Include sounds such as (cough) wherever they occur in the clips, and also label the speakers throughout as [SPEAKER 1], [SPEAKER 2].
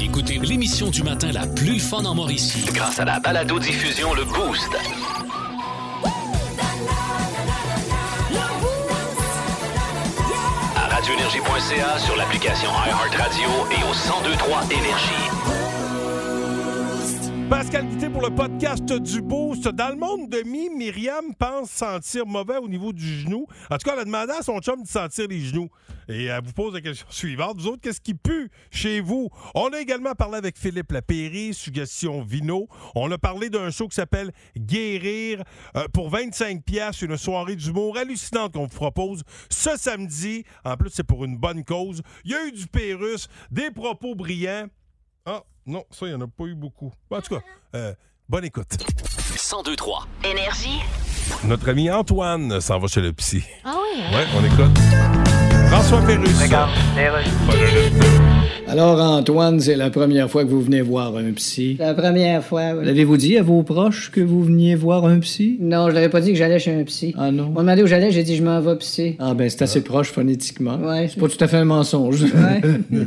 [SPEAKER 1] Écoutez l'émission du matin la plus fun en Mauricie.
[SPEAKER 2] Grâce à la balado diffusion le boost. À radioénergie.ca sur l'application iHeartRadio et au 1023 énergie.
[SPEAKER 3] Pascal Guité pour le podcast du Boost. Dans le monde de mi, Myriam pense sentir mauvais au niveau du genou. En tout cas, elle a demandé à son chum de sentir les genoux. Et elle vous pose la question (laughs) suivante. Vous autres, qu'est-ce qui pue chez vous? On a également parlé avec Philippe Lapéry, suggestion vino. On a parlé d'un show qui s'appelle Guérir euh, pour 25 pièces une soirée d'humour hallucinante qu'on vous propose ce samedi. En plus, c'est pour une bonne cause. Il y a eu du Pérus, des propos brillants. Ah, non, ça, il n'y en a pas eu beaucoup. Bon, en tout cas, euh, bonne écoute.
[SPEAKER 2] 1023.
[SPEAKER 4] Énergie.
[SPEAKER 3] Notre ami Antoine s'en va chez le psy.
[SPEAKER 5] Ah oui, hein?
[SPEAKER 3] Ouais, on écoute. François Pérus.
[SPEAKER 6] Alors, Antoine, c'est la première fois que vous venez voir un psy.
[SPEAKER 7] La première fois, oui.
[SPEAKER 6] L'avez-vous dit à vos proches que vous veniez voir un psy?
[SPEAKER 7] Non, je l'avais pas dit que j'allais chez un psy.
[SPEAKER 6] Ah
[SPEAKER 7] On
[SPEAKER 6] non?
[SPEAKER 7] m'a demandé où j'allais, j'ai dit je m'en vais pisser.
[SPEAKER 6] Ah ben, c'est assez proche phonétiquement.
[SPEAKER 7] Ouais.
[SPEAKER 6] C'est pas tout à fait un mensonge.
[SPEAKER 7] Ouais.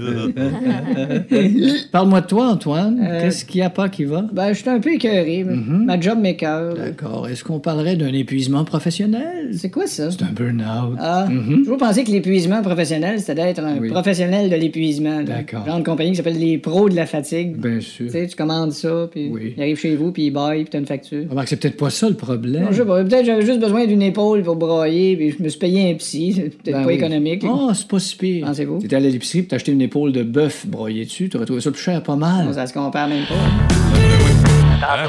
[SPEAKER 6] (laughs) Parle-moi de toi, Antoine.
[SPEAKER 7] Euh,
[SPEAKER 6] Qu'est-ce qu'il n'y a pas qui va? Mhm.
[SPEAKER 7] ben, je suis un peu écœuré. mais Ma job m'écœure.
[SPEAKER 6] D'accord. Est-ce qu'on parlerait d'un épuisement professionnel?
[SPEAKER 7] C'est quoi ça?
[SPEAKER 6] C'est un burn-out. Mhm.
[SPEAKER 7] Ah, j'ai toujours pensé que l'épuisement professionnel, c'était d'être un
[SPEAKER 6] Oui.
[SPEAKER 7] professionnel de l'épuisement. là.
[SPEAKER 6] D'accord.
[SPEAKER 7] Genre de compagnie qui s'appelle les pros de la fatigue.
[SPEAKER 6] Bien sûr.
[SPEAKER 7] Tu sais, tu commandes ça, puis
[SPEAKER 6] Oui.
[SPEAKER 7] il arrive chez vous, puis il baille, puis t'as une facture.
[SPEAKER 6] Remarque, c'est peut-être pas ça le problème.
[SPEAKER 7] Non, je sais pas, peut-être j'avais juste besoin d'une épaule pour broyer, puis je me suis payé un psy. C'est peut-être
[SPEAKER 6] Ben
[SPEAKER 7] pas
[SPEAKER 6] oui.
[SPEAKER 7] économique. là.
[SPEAKER 6] Ah, c'est pas si pire.
[SPEAKER 7] Pensez-vous?
[SPEAKER 6] T'étais allé à l'épicerie puis t'as acheté une épaule de bœuf broyée dessus. T'aurais trouvé ça plus cher, pas mal.
[SPEAKER 7] Non, Ça se compare même pas.
[SPEAKER 1] Hein?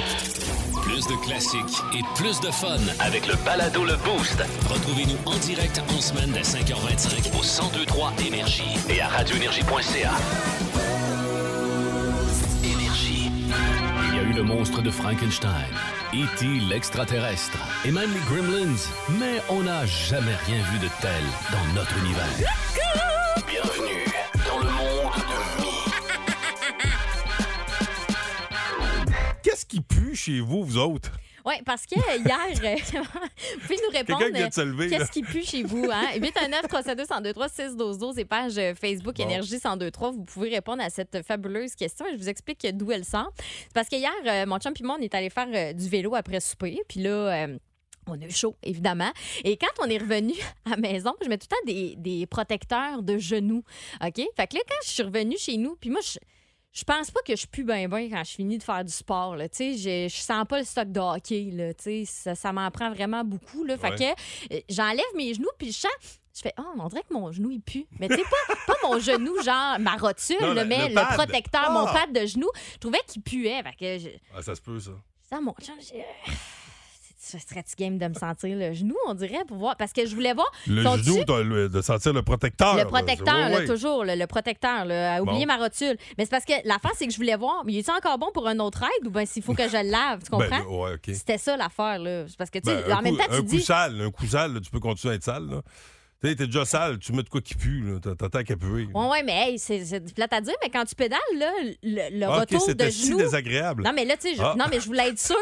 [SPEAKER 1] Plus de classiques et plus de fun.
[SPEAKER 2] Avec le balado le boost
[SPEAKER 1] Retrouvez-nous en direct en semaine dès 5h25.
[SPEAKER 2] au 1023 énergie et à radioénergie.ca. Énergie.
[SPEAKER 1] Il y a eu le monstre de Frankenstein, E.T. l'extraterrestre et même les Gremlins. Mais on n'a jamais rien vu de tel dans notre univers.
[SPEAKER 2] Bienvenue dans le monde de Mi.
[SPEAKER 3] Qu'est-ce qui pue chez vous, vous autres?
[SPEAKER 5] Oui, parce que hier, euh, (laughs) vous pouvez nous répondre. euh,
[SPEAKER 3] Quelqu'un qui vient de se lever, là.
[SPEAKER 5] Qu'est-ce qui pue chez vous?
[SPEAKER 3] (laughs)
[SPEAKER 5] Hein? 819 372 1023 6 12 12 et page euh, Facebook
[SPEAKER 3] Bon.
[SPEAKER 5] Énergie 1023. Vous pouvez répondre à cette fabuleuse question et je vous explique d'où elle sort. C'est parce que hier, euh, mon chum et moi, on est allé faire euh, du vélo après souper. Puis là, euh, on a eu chaud, évidemment. Et quand on est revenu à la maison, je mets tout le temps des, des protecteurs de genoux. OK? Fait que là, quand je suis revenue chez nous, puis moi, je. Je pense pas que je pue bien bien quand je finis de faire du sport. Là. Tu sais, Je, je sens pas le stock de hockey. Là. Tu sais, Ça, ça m'en prend vraiment beaucoup. Là. Fait
[SPEAKER 3] Ouais.
[SPEAKER 5] que euh, j'enlève mes genoux puis je sens. Je fais, oh, on dirait que mon genou, il pue. Mais tu sais, pas, pas mon genou, genre ma rotule,
[SPEAKER 3] Non,
[SPEAKER 5] là,
[SPEAKER 3] le-
[SPEAKER 5] mais
[SPEAKER 3] le
[SPEAKER 5] le,
[SPEAKER 3] pad.
[SPEAKER 5] protecteur,
[SPEAKER 3] Ah!
[SPEAKER 5] mon pad de genou. Je trouvais qu'il puait. Fait que je,
[SPEAKER 3] Ah, ça se peut, ça.
[SPEAKER 5] ça, mon chum, j'ai. euh, Ce serait-tu game de me sentir le genou, on dirait, pour voir. Parce que je voulais voir.
[SPEAKER 3] Le
[SPEAKER 5] Sont-tu-
[SPEAKER 3] genou, t'as le- de sentir le protecteur.
[SPEAKER 5] Le
[SPEAKER 3] là,
[SPEAKER 5] protecteur,
[SPEAKER 3] c'est-
[SPEAKER 5] là,
[SPEAKER 3] ouais, ouais.
[SPEAKER 5] toujours, là, le protecteur, là, à oublier
[SPEAKER 3] Bon.
[SPEAKER 5] ma rotule. Mais c'est parce que l'affaire, c'est que je voulais voir, mais est-il encore bon pour un autre aide ou bien s'il faut que je le lave, tu comprends?
[SPEAKER 3] (laughs) Ben, ouais, OK.
[SPEAKER 5] C'était ça l'affaire, là. C'est parce que, tu sais,
[SPEAKER 3] Ben, un
[SPEAKER 5] en même
[SPEAKER 3] coup-
[SPEAKER 5] temps, tu
[SPEAKER 3] un coup
[SPEAKER 5] dis.
[SPEAKER 3] sale, un coup sale, là, tu peux continuer à être sale. là. Tu sais, t'es déjà sale, tu mets de quoi qui pue, là, t'as- t'attends qu'à puer.
[SPEAKER 5] Ouais, ouais, mais hey, c'est c'est plate à dire, mais quand tu pédales, là, le, le
[SPEAKER 3] Ah, OK,
[SPEAKER 5] retour de
[SPEAKER 3] c'était si
[SPEAKER 5] genou.
[SPEAKER 3] désagréable.
[SPEAKER 5] Non, mais là, tu sais, je-
[SPEAKER 3] Ah.
[SPEAKER 5] non, mais je voulais être sûre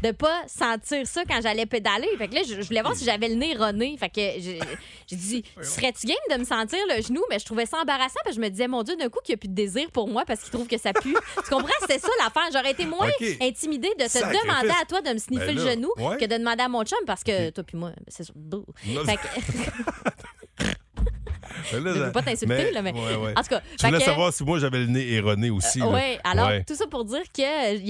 [SPEAKER 5] de pas sentir ça quand j'allais pédaler. Fait que là, je, je voulais voir si j'avais le nez roné. Fait que j'ai j'ai
[SPEAKER 3] (laughs)
[SPEAKER 5] dit, serais-tu game de me sentir le genou? Mais je trouvais ça embarrassant parce que je me disais, mon Dieu, d'un coup, qu'il n'y a plus de désir pour moi parce qu'il trouve que ça
[SPEAKER 3] (laughs)
[SPEAKER 5] pue. tu comprends? C'était ça l'affaire. J'aurais été moins
[SPEAKER 3] OK.
[SPEAKER 5] intimidée de te
[SPEAKER 3] Sacrifice.
[SPEAKER 5] demander à toi de me sniffer
[SPEAKER 3] Ben
[SPEAKER 5] le
[SPEAKER 3] là,
[SPEAKER 5] genou
[SPEAKER 3] ouais.
[SPEAKER 5] que de demander à mon chum parce que
[SPEAKER 3] OK.
[SPEAKER 5] toi puis moi, ben, c'est sûr. bouh.
[SPEAKER 3] Non,
[SPEAKER 5] Fait (laughs) que,
[SPEAKER 3] mais là,
[SPEAKER 5] je
[SPEAKER 3] ça-
[SPEAKER 5] veux pas t'insulter, là, mais.
[SPEAKER 3] ouais, ouais.
[SPEAKER 5] En tout cas,
[SPEAKER 3] Tu
[SPEAKER 5] fait
[SPEAKER 3] voulais
[SPEAKER 5] que-
[SPEAKER 3] savoir si moi j'avais le nez erroné aussi. là.
[SPEAKER 5] Ouais, alors
[SPEAKER 3] Ouais.
[SPEAKER 5] tout ça pour dire qu'il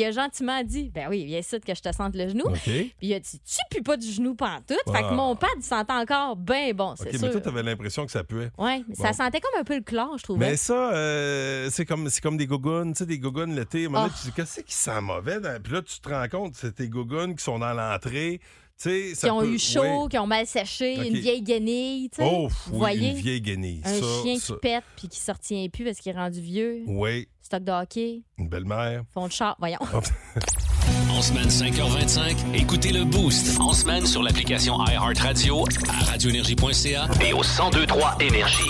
[SPEAKER 5] a gentiment dit Ben oui, viens ici que je te sente le genou.
[SPEAKER 3] OK.
[SPEAKER 5] Puis il a dit Tu pues pas du genou pantoute. Fait
[SPEAKER 3] Ah.
[SPEAKER 5] que mon pad, il sentait encore bien bon, c'est
[SPEAKER 3] OK, mais
[SPEAKER 5] sûr.
[SPEAKER 3] toi, t'avais l'impression que ça puait.
[SPEAKER 5] ouais, mais
[SPEAKER 3] Bon.
[SPEAKER 5] ça sentait comme un peu le chlore, je trouvais.
[SPEAKER 3] Mais ça, euh, c'est comme, c'est comme des gogones, tu sais, des gogones l'été. À un moment donné,
[SPEAKER 5] Ah.
[SPEAKER 3] tu dis, qu'est-ce qui sent mauvais? dans- Puis là, tu te rends compte, c'est tes gogones qui sont dans l'entrée. Tu sais, ça
[SPEAKER 5] qui ont
[SPEAKER 3] peut-
[SPEAKER 5] eu chaud,
[SPEAKER 3] ouais.
[SPEAKER 5] qui ont mal séché,
[SPEAKER 3] Ok.
[SPEAKER 5] une vieille guenille, tu sais.
[SPEAKER 3] Oh, oui,
[SPEAKER 5] Vous voyez,
[SPEAKER 3] une vieille guenille.
[SPEAKER 5] un
[SPEAKER 3] ça,
[SPEAKER 5] chien
[SPEAKER 3] ça.
[SPEAKER 5] qui pète puis qui s'en retient plus parce qu'il est rendu vieux.
[SPEAKER 3] Oui,
[SPEAKER 5] Stock de hockey,
[SPEAKER 3] une belle-mère.
[SPEAKER 5] fond de char, voyons. (laughs)
[SPEAKER 1] En semaine 5h25, écoutez le Boost
[SPEAKER 2] En semaine sur l'application iHeartRadio
[SPEAKER 1] à radioénergie.ca
[SPEAKER 2] et au 1023 énergie.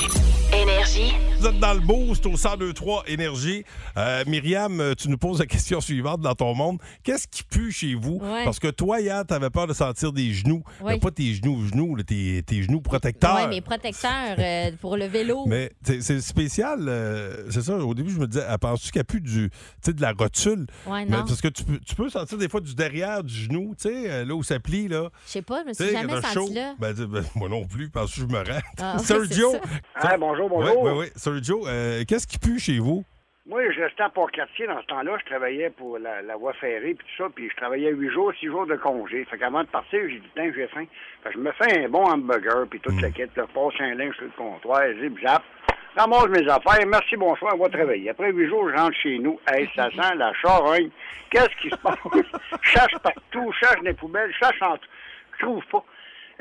[SPEAKER 4] Énergie. Énergie.
[SPEAKER 3] Vous êtes dans le boost au 1023 Énergie. Euh, Myriam, tu nous poses la question (laughs) suivante dans ton monde. Qu'est-ce qui pue chez vous?
[SPEAKER 5] Ouais.
[SPEAKER 3] Parce que toi, hier, t'avais peur de sentir des genoux.
[SPEAKER 5] Ouais.
[SPEAKER 3] Mais pas tes genoux, genoux, là, tes, tes genoux protecteurs.
[SPEAKER 5] Ouais, mes protecteurs euh, pour le vélo.
[SPEAKER 3] Mais c'est- c'est spécial, euh, c'est ça. Au début, je me disais, ah, penses-tu qu'elle pue du, tu sais, de la rotule?
[SPEAKER 5] Ouais,
[SPEAKER 3] Mais
[SPEAKER 5] non. Je
[SPEAKER 3] parce que tu peux, tu peux sentir des fois du derrière, du genou, tu sais, euh, là où ça plie, là.
[SPEAKER 5] sais pas, je me
[SPEAKER 3] Tu
[SPEAKER 5] suis
[SPEAKER 3] sais,
[SPEAKER 5] jamais
[SPEAKER 3] quand t'as
[SPEAKER 5] sentie
[SPEAKER 3] chaud.
[SPEAKER 5] là.
[SPEAKER 3] Ben, tu- ben, (laughs) moi non plus, parce que je me rends. (laughs)
[SPEAKER 5] Ah, ouais,
[SPEAKER 3] Sergio!
[SPEAKER 5] c'est ça.
[SPEAKER 8] Ah, bonjour,
[SPEAKER 3] Oui,
[SPEAKER 8] bonjour.
[SPEAKER 3] oui, oui. Sergio, euh, qu'est-ce qui pue chez vous?
[SPEAKER 8] Moi, je restais à Port-Cartier dans ce temps-là. Je travaillais pour la, la voie ferrée puis tout ça. Puis je travaillais huit jours, six jours de congé. Fait qu'avant de partir, j'ai dit, tiens, j'ai faim. Fait que je me fais un bon hamburger puis toute la quête. Je passe un linge sur le comptoir, zip, zap. Ramasse mes affaires. Merci, bonsoir, on va travailler. Après huit jours, je rentre chez nous. Hey, ça sent la charogne. Qu'est-ce qui se passe? (laughs) Je cherche partout, je cherche dans les poubelles, je cherche en tout. Je trouve pas.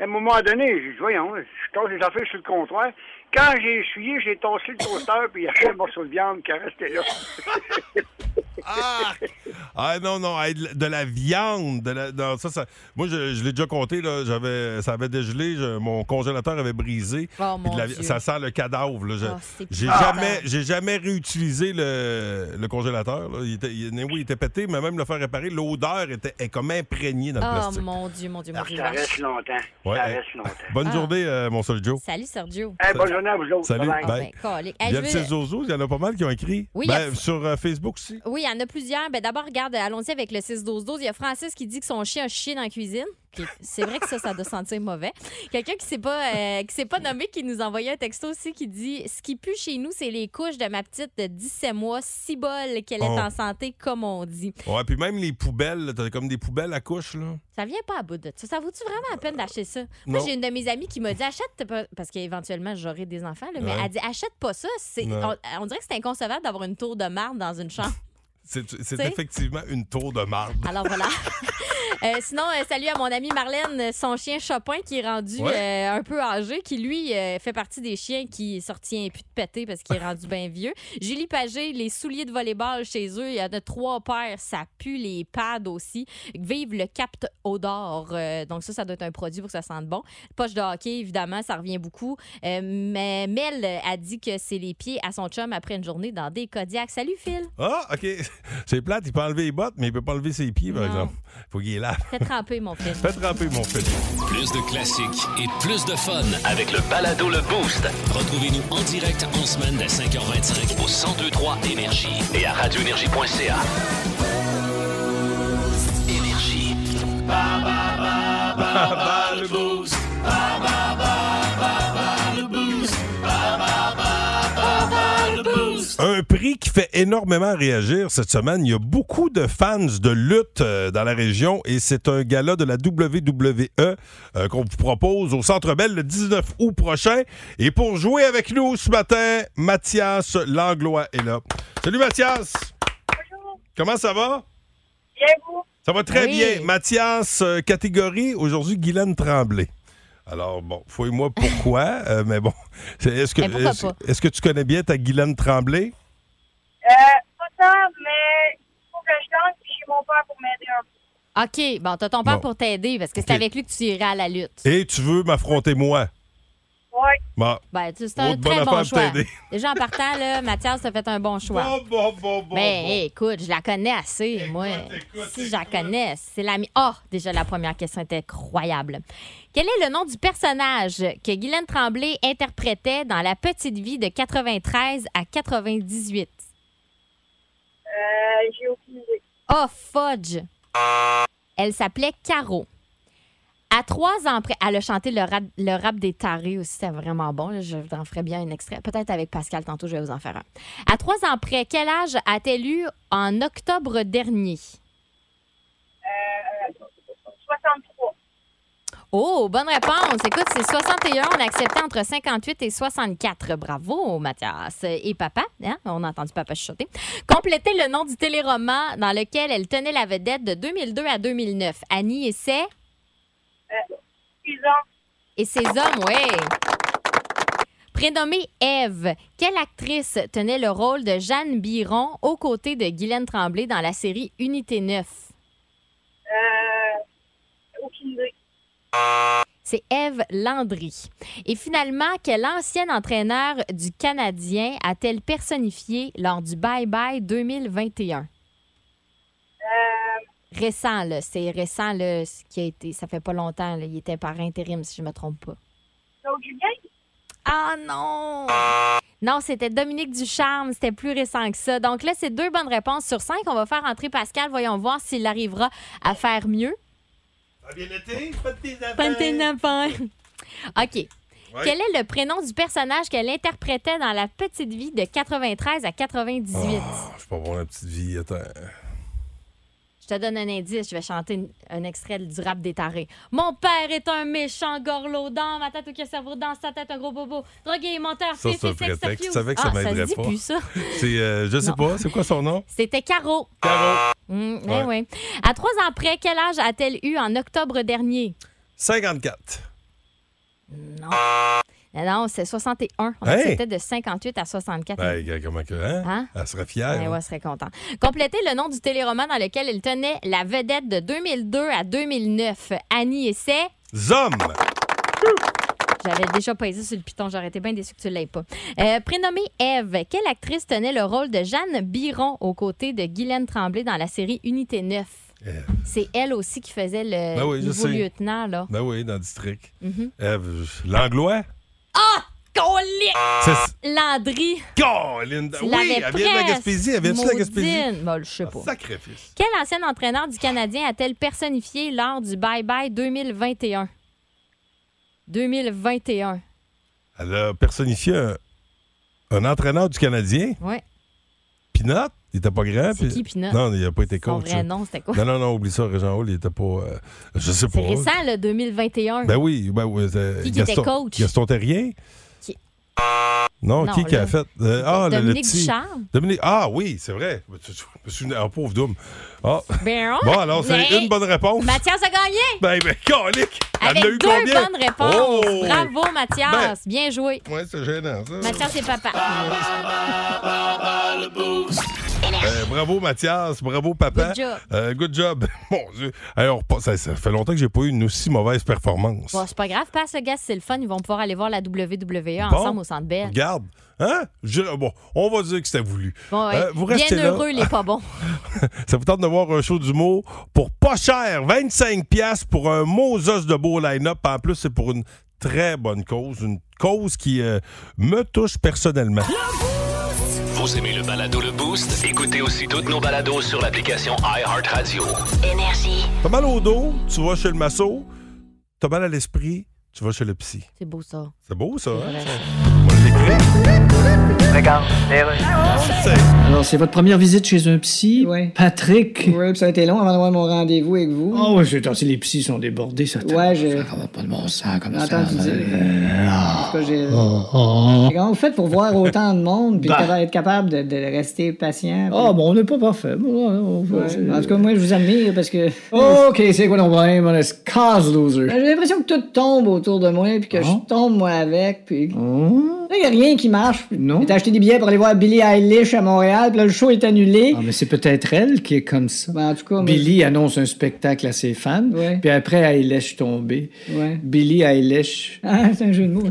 [SPEAKER 8] À un moment donné, j'ai dit, voyons, je casse les affaires sur le comptoir. Quand j'ai essuyé, j'ai tossé le toaster, puis il y avait un morceau de viande qui restait là.
[SPEAKER 3] Ah! Ah non, non, hey, de la- de la viande. De la, non, ça, ça- moi, je, je l'ai déjà compté, là, j'avais, ça avait dégelé, je- mon congélateur avait brisé.
[SPEAKER 5] Oh,
[SPEAKER 3] Puis de
[SPEAKER 5] mon
[SPEAKER 3] la-
[SPEAKER 5] Dieu.
[SPEAKER 3] ça sent le cadavre. là, je-
[SPEAKER 5] Ah, c'est
[SPEAKER 3] j'ai,
[SPEAKER 5] épouvantable.
[SPEAKER 3] jamais, j'ai jamais réutilisé le, le congélateur. là. Il était, il, oui, il était pété, mais même le faire réparer, l'odeur était est comme imprégnée dans le
[SPEAKER 5] Oh
[SPEAKER 3] plastique.
[SPEAKER 5] mon Dieu, mon Dieu, mon Dieu.
[SPEAKER 8] Ça reste longtemps.
[SPEAKER 3] Ouais,
[SPEAKER 8] ça
[SPEAKER 3] hey.
[SPEAKER 8] reste longtemps.
[SPEAKER 3] Bonne
[SPEAKER 5] Ah.
[SPEAKER 3] journée, euh, mon seul Joe.
[SPEAKER 5] Salut, Sergio.
[SPEAKER 8] Hey, bonne journée à Eh, vous autres.
[SPEAKER 3] Salut.
[SPEAKER 8] Bye-bye.
[SPEAKER 5] Ah, ben,
[SPEAKER 3] Ben,
[SPEAKER 5] calique. Hey,
[SPEAKER 3] Il
[SPEAKER 5] je
[SPEAKER 3] y a de
[SPEAKER 5] veux-
[SPEAKER 3] ces zozos, il y en a pas mal qui ont écrit.
[SPEAKER 5] Oui, il
[SPEAKER 3] Ben,
[SPEAKER 5] y a-
[SPEAKER 3] Sur euh, Facebook aussi.
[SPEAKER 5] Oui, il y en a plusieurs. Ben, D'abord, regarde, allons-y avec le 6-12-12. Il y a Francis qui dit que son chien a chié dans la cuisine. Qui- C'est vrai que ça, ça doit sentir mauvais. Quelqu'un qui ne s'est pas, euh, qui s'est pas nommé, qui nous envoyait un texto aussi, qui dit Ce qui pue chez nous, c'est les couches de ma petite de 17 mois, si bol qu'elle est
[SPEAKER 3] Oh.
[SPEAKER 5] en santé, comme on dit.
[SPEAKER 3] Ouais, puis même les poubelles, là, t'as comme des poubelles à couche, là.
[SPEAKER 5] Ça vient pas à bout de ça. Ça vaut-tu vraiment la peine d'acheter ça? Moi,
[SPEAKER 3] Non.
[SPEAKER 5] j'ai une de mes amies qui m'a dit Achète pas. Parce qu'éventuellement, j'aurai des enfants, là, mais
[SPEAKER 3] Ouais.
[SPEAKER 5] elle dit Achète pas ça. C'est-
[SPEAKER 3] Ouais.
[SPEAKER 5] On, on dirait que c'est inconcevable d'avoir une tour de marde dans une chambre.
[SPEAKER 3] C'est, c'est
[SPEAKER 5] T'sais?
[SPEAKER 3] effectivement une tour de marde.
[SPEAKER 5] Alors voilà. (laughs) Euh, sinon, euh, salut à mon amie Marlène, euh, son chien Chopin qui est rendu
[SPEAKER 3] Ouais.
[SPEAKER 5] euh, un peu âgé, qui lui euh, fait partie des chiens qui se retient plus de péter parce qu'il est rendu bien vieux. Julie Pagé, les souliers de volleyball chez eux, il y en a trois paires, ça pue, les pads aussi. Vive le capte odor. Euh, donc ça, ça doit être un produit pour que ça sente bon. Poche de hockey, évidemment, ça revient beaucoup. Euh, mais Mel euh, a dit que c'est les pieds à son chum après une journée dans des Kodiaks. Salut Phil,
[SPEAKER 3] Ah, OK. (laughs) C'est plate, il peut enlever les bottes, mais il peut pas enlever ses pieds, par
[SPEAKER 5] Non.
[SPEAKER 3] exemple. Faut qu'il les lave.
[SPEAKER 5] fais tremper mon Phil.
[SPEAKER 3] Fais tremper, mon fils.
[SPEAKER 1] Plus de classiques et plus de fun.
[SPEAKER 2] Avec le balado Le Boost
[SPEAKER 1] Retrouvez-nous en direct en semaine dès 5h25
[SPEAKER 2] au 1023 Énergie et à radioénergie.ca. Énergie.
[SPEAKER 3] Un prix qui fait énormément réagir cette semaine. Il y a beaucoup de fans de lutte euh, dans la région et c'est un gala de la WWE euh, qu'on vous propose au Centre Bell le 19 août prochain. Et pour jouer avec nous ce matin, Mathias Langlois est là. Salut Mathias! Comment ça va? Ça va très
[SPEAKER 5] Oui.
[SPEAKER 3] bien. Mathias, euh, catégorie, aujourd'hui, Guylaine Tremblay. Alors, bon, fouille-moi pourquoi, euh, mais bon. (laughs) C'est- Est-ce que,
[SPEAKER 5] Mais pourquoi
[SPEAKER 3] est-ce, est-ce que tu connais bien ta Guylaine Tremblay?
[SPEAKER 9] Euh, Pas tant, mais il faut que je gagne, puis j'ai mon père pour m'aider un peu.
[SPEAKER 5] OK, bon, t'as ton père
[SPEAKER 3] Bon.
[SPEAKER 5] pour t'aider parce que c'est
[SPEAKER 3] OK.
[SPEAKER 5] avec lui que tu iras à la lutte.
[SPEAKER 3] Et tu veux m'affronter moi? Bah.
[SPEAKER 9] Ouais.
[SPEAKER 3] Bon,
[SPEAKER 5] Ben, tu- c'est
[SPEAKER 3] Autre
[SPEAKER 5] un
[SPEAKER 3] bonne
[SPEAKER 5] très
[SPEAKER 3] affaire
[SPEAKER 5] bon
[SPEAKER 3] pour
[SPEAKER 5] choix. (laughs)
[SPEAKER 3] t'aider.
[SPEAKER 5] Déjà en partant, là, Mathias, t'as fait un bon choix.
[SPEAKER 3] bon, bon, bon, bon.
[SPEAKER 5] Ben,
[SPEAKER 3] bon.
[SPEAKER 5] écoute, je la connais assez, moi.
[SPEAKER 3] écoute,
[SPEAKER 5] si je la connais, c'est l'ami. Ah, déjà, la première question était incroyable. Quel est le nom du personnage que Guylaine Tremblay interprétait dans La Petite Vie de 93 à 98?
[SPEAKER 9] Euh, j'ai aucune idée.
[SPEAKER 5] Oh, fudge! Elle s'appelait Caro. À trois ans après, elle a chanté le rap, le rap des tarés aussi, c'était vraiment bon. là. Je vous en ferai bien un extrait. Peut-être avec Pascal tantôt, je vais vous en faire un. À trois ans après, quel âge a-t-elle eu en octobre dernier?
[SPEAKER 9] 63.
[SPEAKER 5] Oh, bonne réponse. Écoute, c'est 61. On acceptait entre 58 et 64. Bravo, Mathias. Et papa, hein? on a entendu papa chuchoter. Complétez le nom du téléroman dans lequel elle tenait la vedette de 2002 à 2009. Annie et ses...
[SPEAKER 9] Ils ans.
[SPEAKER 5] Et ces hommes, oui. Prénommée Eve, quelle actrice tenait le rôle de Jeanne Biron aux côtés de Guylaine Tremblay dans la série Unité 9?
[SPEAKER 9] Euh, aucune idée.
[SPEAKER 5] c'est Eve Landry. Et finalement, quel ancien entraîneur du Canadien a-t-elle personnifié lors du Bye Bye 2021? Récent, là. C'est récent, là, ce qui a été. Ça fait pas longtemps, là. Il était par intérim, si je me trompe pas.
[SPEAKER 9] Claude Julien?
[SPEAKER 5] Ah non! Non, c'était Dominique Ducharme. C'était plus récent que ça. Donc là, c'est deux bonnes réponses sur cinq. On va faire entrer Pascal. Voyons voir s'il arrivera à faire mieux.
[SPEAKER 3] Ah, bien été, pas de tes (laughs)
[SPEAKER 5] Panténapin. OK. Quel est le prénom du personnage qu'elle interprétait dans La Petite Vie de 93 à 98?
[SPEAKER 3] Ah, Je suis pas bon la petite vie. Attends.
[SPEAKER 5] Je te donne un indice, je vais chanter une- un extrait du rap des tarés. Mon père est un méchant gorlot dans ma tête ou qui a cerveau dans sa tête, un gros bobo. Drogué, menteur,
[SPEAKER 3] Ça,
[SPEAKER 5] fils,
[SPEAKER 3] c'est un
[SPEAKER 5] et sex
[SPEAKER 3] prétexte.
[SPEAKER 5] abuse.
[SPEAKER 3] Je savais que ça
[SPEAKER 5] ah,
[SPEAKER 3] m'aiderait
[SPEAKER 5] dit
[SPEAKER 3] pas.
[SPEAKER 5] plus, ça.
[SPEAKER 3] (laughs) C'est, euh, je sais
[SPEAKER 5] Non.
[SPEAKER 3] pas, c'est quoi son nom?
[SPEAKER 5] C'était Caro.
[SPEAKER 3] Caro.
[SPEAKER 5] Hum, eh
[SPEAKER 3] Ouais.
[SPEAKER 5] oui. À trois ans près, quel âge a-t-elle eu en octobre dernier?
[SPEAKER 3] 54.
[SPEAKER 5] Non. Eh Non, c'est 61. On
[SPEAKER 3] Hey!
[SPEAKER 5] C'était de 58 à 64.
[SPEAKER 3] Ben, regarde comment que, hein?
[SPEAKER 5] Hein?
[SPEAKER 3] Elle serait fière.
[SPEAKER 5] Eh
[SPEAKER 3] hein?
[SPEAKER 5] ouais, serait content. Complétez le nom du téléroman dans lequel elle tenait la vedette de 2002 à 2009. Annie Essay.
[SPEAKER 3] Zom!
[SPEAKER 5] J'avais déjà pesé sur le piton, j'aurais été bien déçue que tu l'aies pas. Euh, prénommée Eve, quelle actrice tenait le rôle de Jeanne Biron aux côtés de Guylaine Tremblay dans la série Unité 9?
[SPEAKER 3] Ève.
[SPEAKER 5] C'est elle aussi qui faisait le
[SPEAKER 3] Ben oui, je
[SPEAKER 5] nouveau
[SPEAKER 3] sais.
[SPEAKER 5] lieutenant, là.
[SPEAKER 3] Ben oui, dans le district.
[SPEAKER 5] Mhm.
[SPEAKER 3] Ève, je- l'anglois?
[SPEAKER 5] Colique!
[SPEAKER 3] C'est.
[SPEAKER 5] Ah, Landry,
[SPEAKER 3] Colin!
[SPEAKER 5] tu
[SPEAKER 3] Oui,
[SPEAKER 5] l'avais
[SPEAKER 3] elle vient de la
[SPEAKER 5] presque.
[SPEAKER 3] Gaspésie. Elle vient de la Gaspésie.
[SPEAKER 5] Maudine. Ben, je sais pas.
[SPEAKER 3] Sacrifice.
[SPEAKER 5] Quel ancien entraîneur du Canadien a-t-elle personnifié lors du Bye Bye 2021? 2021.
[SPEAKER 3] Elle a personnifié un, un entraîneur du Canadien,
[SPEAKER 5] Ouais.
[SPEAKER 3] Pinot. Il était pas grand.
[SPEAKER 5] C'est
[SPEAKER 3] puis-
[SPEAKER 5] qui, Pinot?
[SPEAKER 3] Non, il a pas été
[SPEAKER 5] Son
[SPEAKER 3] coach.
[SPEAKER 5] vrai nom, c'était quoi?
[SPEAKER 3] Non, non, non, oublie ça, Régent Hall, il était pas. euh, je sais pas.
[SPEAKER 5] C'est récent, le 2021.
[SPEAKER 3] Ben oui, ben oui. euh,
[SPEAKER 5] Qui qui était
[SPEAKER 3] Gaston,
[SPEAKER 5] coach?
[SPEAKER 3] Gaston Terrien?
[SPEAKER 5] Qui-
[SPEAKER 3] Non,
[SPEAKER 5] Non,
[SPEAKER 3] qui qui
[SPEAKER 5] là.
[SPEAKER 3] a fait? euh, ah, le-
[SPEAKER 5] Dominique
[SPEAKER 3] le petit.
[SPEAKER 5] Ducharme.
[SPEAKER 3] Dominique. Ah oui, c'est vrai. Je me souviens- Ah, pauvre Doom. Ah.
[SPEAKER 5] Ben,
[SPEAKER 3] Bon, alors, c'est
[SPEAKER 5] Mais-
[SPEAKER 3] une bonne réponse.
[SPEAKER 5] Mathias a gagné
[SPEAKER 3] Ben, ben, colique! Elle
[SPEAKER 5] avec
[SPEAKER 3] l'a
[SPEAKER 5] deux
[SPEAKER 3] eu combien?
[SPEAKER 5] bonnes réponses.
[SPEAKER 3] Oh! Ben.
[SPEAKER 5] Bravo, Mathias. Bien joué.
[SPEAKER 3] Ouais, c'est gênant, ça.
[SPEAKER 5] Mathias et papa.
[SPEAKER 3] Euh, bravo, Mathias. Bravo, papa.
[SPEAKER 5] Good job.
[SPEAKER 3] Euh, good job. (laughs) Mon Dieu. Alors, pas- ça, ça fait longtemps que j'ai pas eu une aussi mauvaise performance.
[SPEAKER 5] Bon, c'est pas grave, passe le gars, c'est le fun. Ils vont pouvoir aller voir la WWE
[SPEAKER 3] Bon.
[SPEAKER 5] ensemble au Centre Bell.
[SPEAKER 3] Regarde. Hein? Je- bon, on va dire que c'était voulu.
[SPEAKER 5] Bon,
[SPEAKER 3] Euh,
[SPEAKER 5] ouais.
[SPEAKER 3] vous restez
[SPEAKER 5] bien
[SPEAKER 3] là.
[SPEAKER 5] heureux, les pas bons.
[SPEAKER 3] (laughs) Ça vous tente de voir un show d'humour pour pas cher, 25 pièces pour un Moses de beau line-up. En plus, c'est pour une très bonne cause, une cause qui euh, me touche personnellement.
[SPEAKER 2] Vous aimez le balado Le Boost? Écoutez aussi toutes nos balados sur l'application iHeartRadio.
[SPEAKER 4] Énergie.
[SPEAKER 3] T'as mal au dos, tu vas chez le masso. T'as mal à l'esprit, tu vas chez le psy.
[SPEAKER 5] C'est beau, ça.
[SPEAKER 3] C'est beau, ça, hein?
[SPEAKER 5] vrai.
[SPEAKER 3] Moi, je l'écris.
[SPEAKER 6] Alors, c'est votre première visite chez un psy?
[SPEAKER 7] Ouais.
[SPEAKER 6] Patrick?
[SPEAKER 7] Ouais, puis ça a été long avant d'avoir mon rendez-vous avec vous.
[SPEAKER 6] Oh, oui, c'est si les psys sont débordés, ça.
[SPEAKER 7] Ouais, je-
[SPEAKER 6] Ça va pas de bon sens comme
[SPEAKER 7] J'ai
[SPEAKER 6] ça.
[SPEAKER 7] entendu dire.
[SPEAKER 6] Euh,
[SPEAKER 7] En tout cas, j'ai-
[SPEAKER 6] oh, oh.
[SPEAKER 7] Comment vous faites pour voir autant de monde puis
[SPEAKER 6] Bah.
[SPEAKER 7] être capable- être capable de, de rester patient? puis-
[SPEAKER 6] Ah, bon, on n'est pas parfait. Bon, on- on-
[SPEAKER 7] Ouais. En tout cas, moi, je vous admire parce que Ben,
[SPEAKER 6] OK, c'est quoi ton problème? On est cause loser.
[SPEAKER 7] j'ai l'impression que tout tombe autour de moi puis que
[SPEAKER 6] Ah.
[SPEAKER 7] je tombe moi avec. Puis là,
[SPEAKER 6] Oh.
[SPEAKER 7] il n'y a rien qui marche.
[SPEAKER 6] Non.
[SPEAKER 7] J'ai acheté des billets pour aller voir Billie Eilish à Montréal puis là, le show est annulé.
[SPEAKER 6] Ah, mais c'est peut-être elle qui est comme ça.
[SPEAKER 7] Ben, en tout cas, moi-
[SPEAKER 6] Billy annonce un spectacle à ses fans,
[SPEAKER 7] Ouais.
[SPEAKER 6] puis après, elle lèche tomber.
[SPEAKER 7] Ouais.
[SPEAKER 6] Billy Eilish.
[SPEAKER 7] Ah, c'est un jeu de mots.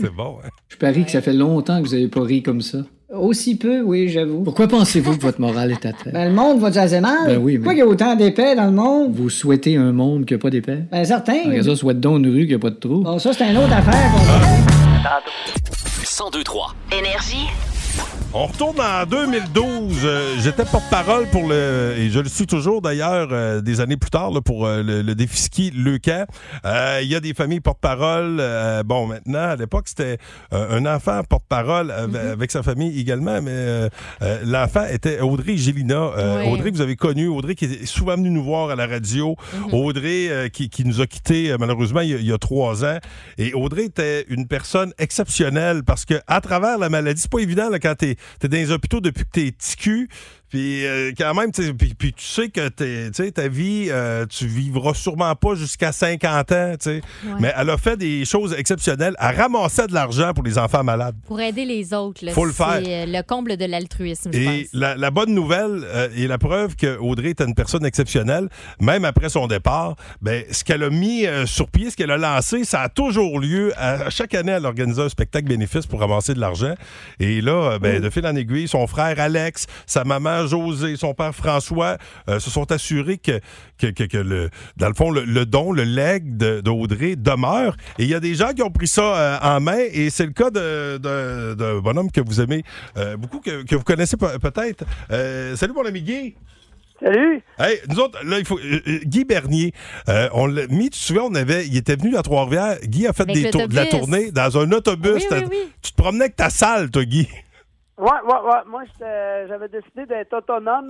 [SPEAKER 3] C'est bon, hein?
[SPEAKER 6] Je parie que ça fait longtemps que vous n'avez pas ri comme ça.
[SPEAKER 7] Aussi peu, oui, j'avoue.
[SPEAKER 6] Pourquoi pensez-vous que votre morale est à terre?
[SPEAKER 7] Ben, le monde va-tu assez mal?
[SPEAKER 6] Ben oui, mais-
[SPEAKER 7] Pourquoi il y a autant d'épais dans le monde?
[SPEAKER 6] Vous souhaitez un monde qui n'a pas d'épais?
[SPEAKER 7] Ben, certain.
[SPEAKER 6] Après ça, souhaite donc une rue qui n'a pas de trou.
[SPEAKER 7] Bon, ça, c'est une autre affaire qu'on va-
[SPEAKER 2] 1023.
[SPEAKER 4] Énergie.
[SPEAKER 3] On retourne en 2012. Euh, J'étais porte-parole pour le, et je le suis toujours d'ailleurs euh, des années plus tard, là, pour euh, le, le défi ski Leucan. Euh, Il y a des familles porte-parole. euh, bon, maintenant, à l'époque, c'était euh, un enfant porte-parole av- avec sa famille également, mais euh, euh, l'enfant était Audrey Gélina. Euh,
[SPEAKER 5] Oui.
[SPEAKER 3] Audrey, que vous avez connue, Audrey qui est souvent venue nous voir à la radio. Audrey euh, qui, qui nous a quittés euh, malheureusement il y a, il y a trois ans. Et Audrey était une personne exceptionnelle parce que à travers la maladie, c'est pas évident là, quand t'es t'es dans les hôpitaux depuis que t'es ticu. Puis euh, quand même, tu sais, puis, puis tu sais que t'es- tu sais, ta vie, euh, tu vivras sûrement pas jusqu'à 50 ans. tu sais. Mais elle a fait des choses exceptionnelles. Elle ramassait de l'argent pour les enfants malades.
[SPEAKER 5] Pour aider les autres, là,
[SPEAKER 3] Faut le
[SPEAKER 5] c'est
[SPEAKER 3] faire.
[SPEAKER 5] euh, le comble de l'altruisme, je
[SPEAKER 3] Et
[SPEAKER 5] pense.
[SPEAKER 3] la, la bonne nouvelle euh, et la preuve que Audrey était une personne exceptionnelle, même après son départ, ben, ce qu'elle a mis euh, sur pied, ce qu'elle a lancé, ça a toujours lieu. À, à chaque année, elle organisait un spectacle bénéfice pour ramasser de l'argent. Et là, euh, ben, de fil en aiguille, son frère Alex, sa maman José, son père François euh, se sont assurés que, que, que- que le, dans le fond, le, le don, le leg de- d'Audrey demeure. Et il y a des gens qui ont pris ça euh, en main. Et c'est le cas de- de- d'un bonhomme que vous aimez euh, beaucoup, que, que vous connaissez pe- peut-être. Euh, salut, mon ami Guy.
[SPEAKER 9] Salut!
[SPEAKER 3] Hey, nous autres, là, il faut. euh, euh, Guy Bernier, euh, on l'a mis, tu te souviens, on avait. Il était venu à Trois-Rivières. Guy a fait
[SPEAKER 5] Avec
[SPEAKER 3] des tours- de la
[SPEAKER 5] l'autobus.
[SPEAKER 3] tournée dans un autobus.
[SPEAKER 5] Oui, oui,
[SPEAKER 3] T'as-
[SPEAKER 5] oui.
[SPEAKER 3] Tu te promenais avec ta salle, toi, Guy.
[SPEAKER 9] Ouais, ouais, ouais. Moi, j'étais- j'avais décidé d'être autonome.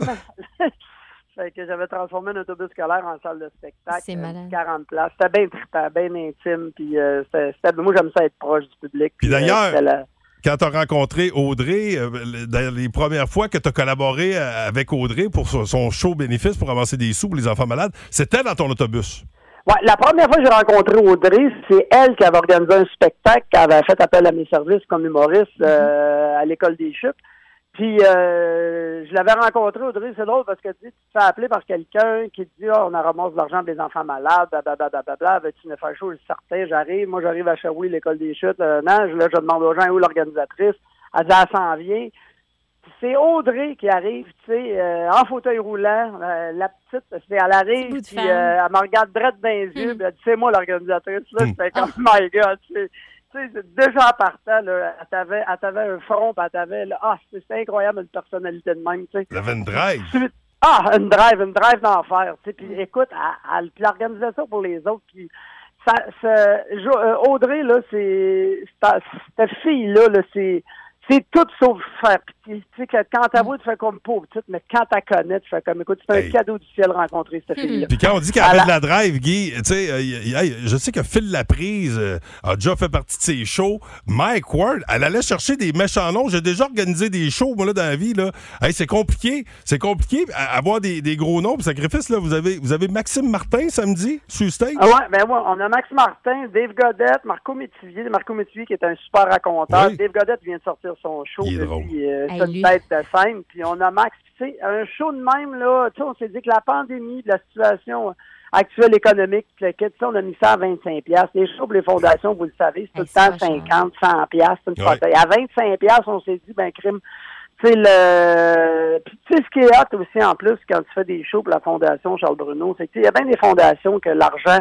[SPEAKER 9] fait que j'avais transformé un autobus scolaire en salle de spectacle.
[SPEAKER 5] C'est
[SPEAKER 9] Euh,
[SPEAKER 5] malade.
[SPEAKER 9] 40 places. C'était bien trippant, bien intime. Puis, euh, c'était- c'était- moi, j'aime ça être proche du public.
[SPEAKER 3] Puis
[SPEAKER 9] euh,
[SPEAKER 3] d'ailleurs-
[SPEAKER 9] c'était la-
[SPEAKER 3] Quand tu as rencontré Audrey, euh, le- dans les premières fois que tu as collaboré euh, avec Audrey pour son- son show bénéfice pour avancer des sous pour les enfants malades, c'était dans ton autobus.
[SPEAKER 9] Ouais, la première fois que j'ai rencontré Audrey, c'est elle qui avait organisé un spectacle, qui avait fait appel à mes services comme humoriste
[SPEAKER 5] Mhm.
[SPEAKER 9] euh, à l'école des chutes. Puis euh, je l'avais rencontrée, Audrey, c'est drôle parce que tu sais, tu te fais appeler par quelqu'un qui te dit Ah, on a ramasse de l'argent pour les enfants malades, blablabla, veux-tu me faire chaud? Je dis certain, j'arrive, moi j'arrive à Shawi, l'école des chutes, euh, non, je, là, je demande aux gens où est l'organisatrice, elle dit elle s'en vient. Puis C'est Audrey qui arrive, tu sais, euh, en fauteuil roulant, euh, la petite, c'est- elle
[SPEAKER 5] Petit bout
[SPEAKER 9] arrive,
[SPEAKER 5] de
[SPEAKER 9] puis
[SPEAKER 5] femme.
[SPEAKER 9] euh, elle me regarde droit dans les yeux,
[SPEAKER 5] Mm.
[SPEAKER 9] puis elle dit, c'est moi l'organisatrice, là,
[SPEAKER 3] Mm.
[SPEAKER 9] j'étais comme, oh my God, tu sais, tu sais, c'est déjà en partant, là, elle t'avait, elle t'avait un front, puis elle t'avait, là, ah, c'est c'est incroyable une personnalité de même, tu sais.
[SPEAKER 3] La Van Drive.
[SPEAKER 9] Suite- Ah, une drive, une drive d'enfer, tu sais, puis écoute, elle, elle- puis l'organisation pour les autres, puis ça, ça- Jo- euh, Audrey, là, c'est, c'est- cette fille-là, là, c'est, c'est tout sauf faire pitié. Tu sais, que quand t'as voix, tu fais comme pauvre petite, mais quand t'as connais, tu fais comme, écoute, c'est un
[SPEAKER 3] Hey.
[SPEAKER 9] cadeau du ciel rencontrer cette fille-là.
[SPEAKER 3] Puis quand on dit qu'elle
[SPEAKER 9] À
[SPEAKER 3] avait
[SPEAKER 9] la-
[SPEAKER 3] de la drive, Guy, tu sais, euh, y- y- je sais que Phil Laprise euh, a déjà fait partie de ses shows. Mike Ward, elle allait chercher des méchants noms. J'ai déjà organisé des shows, moi, là, dans la vie, là. Hey, c'est compliqué. C'est complié à- avoir des, des gros noms. Puis sacrifice, là, vous avez, vous avez Maxime Martin samedi, sur stage.
[SPEAKER 9] Ah ouais, ben ouais, on a Max Martin, Dave Godette, Marco Métivier. Marco Métivier qui est un super raconteur.
[SPEAKER 3] Oui.
[SPEAKER 9] Dave Godette vient de sortir son show.
[SPEAKER 3] Il est
[SPEAKER 9] puis,
[SPEAKER 3] drôle.
[SPEAKER 9] euh,
[SPEAKER 5] Hey,
[SPEAKER 9] c'est
[SPEAKER 5] lui.
[SPEAKER 9] une tête de scène. Puis on a Max. Puis, Tu sais, un show de même, là, tu sais, on s'est dit que la pandémie, la situation actuelle économique, puis le kit, tu sais, on a mis ça à 25 Les shows pour les fondations, vous le savez, c'est tout
[SPEAKER 5] Hey,
[SPEAKER 9] le temps
[SPEAKER 5] c'est vachement.
[SPEAKER 9] 50, 100 c'est une
[SPEAKER 3] Ouais.
[SPEAKER 9] bataille. À 25 on s'est dit, ben, crime, tu sais, le... Puis, tu sais, ce qui est hot aussi, en plus, quand tu fais des shows pour la Fondation Charles Bruno, c'est que, tu sais, il y a bien des fondations que l'argent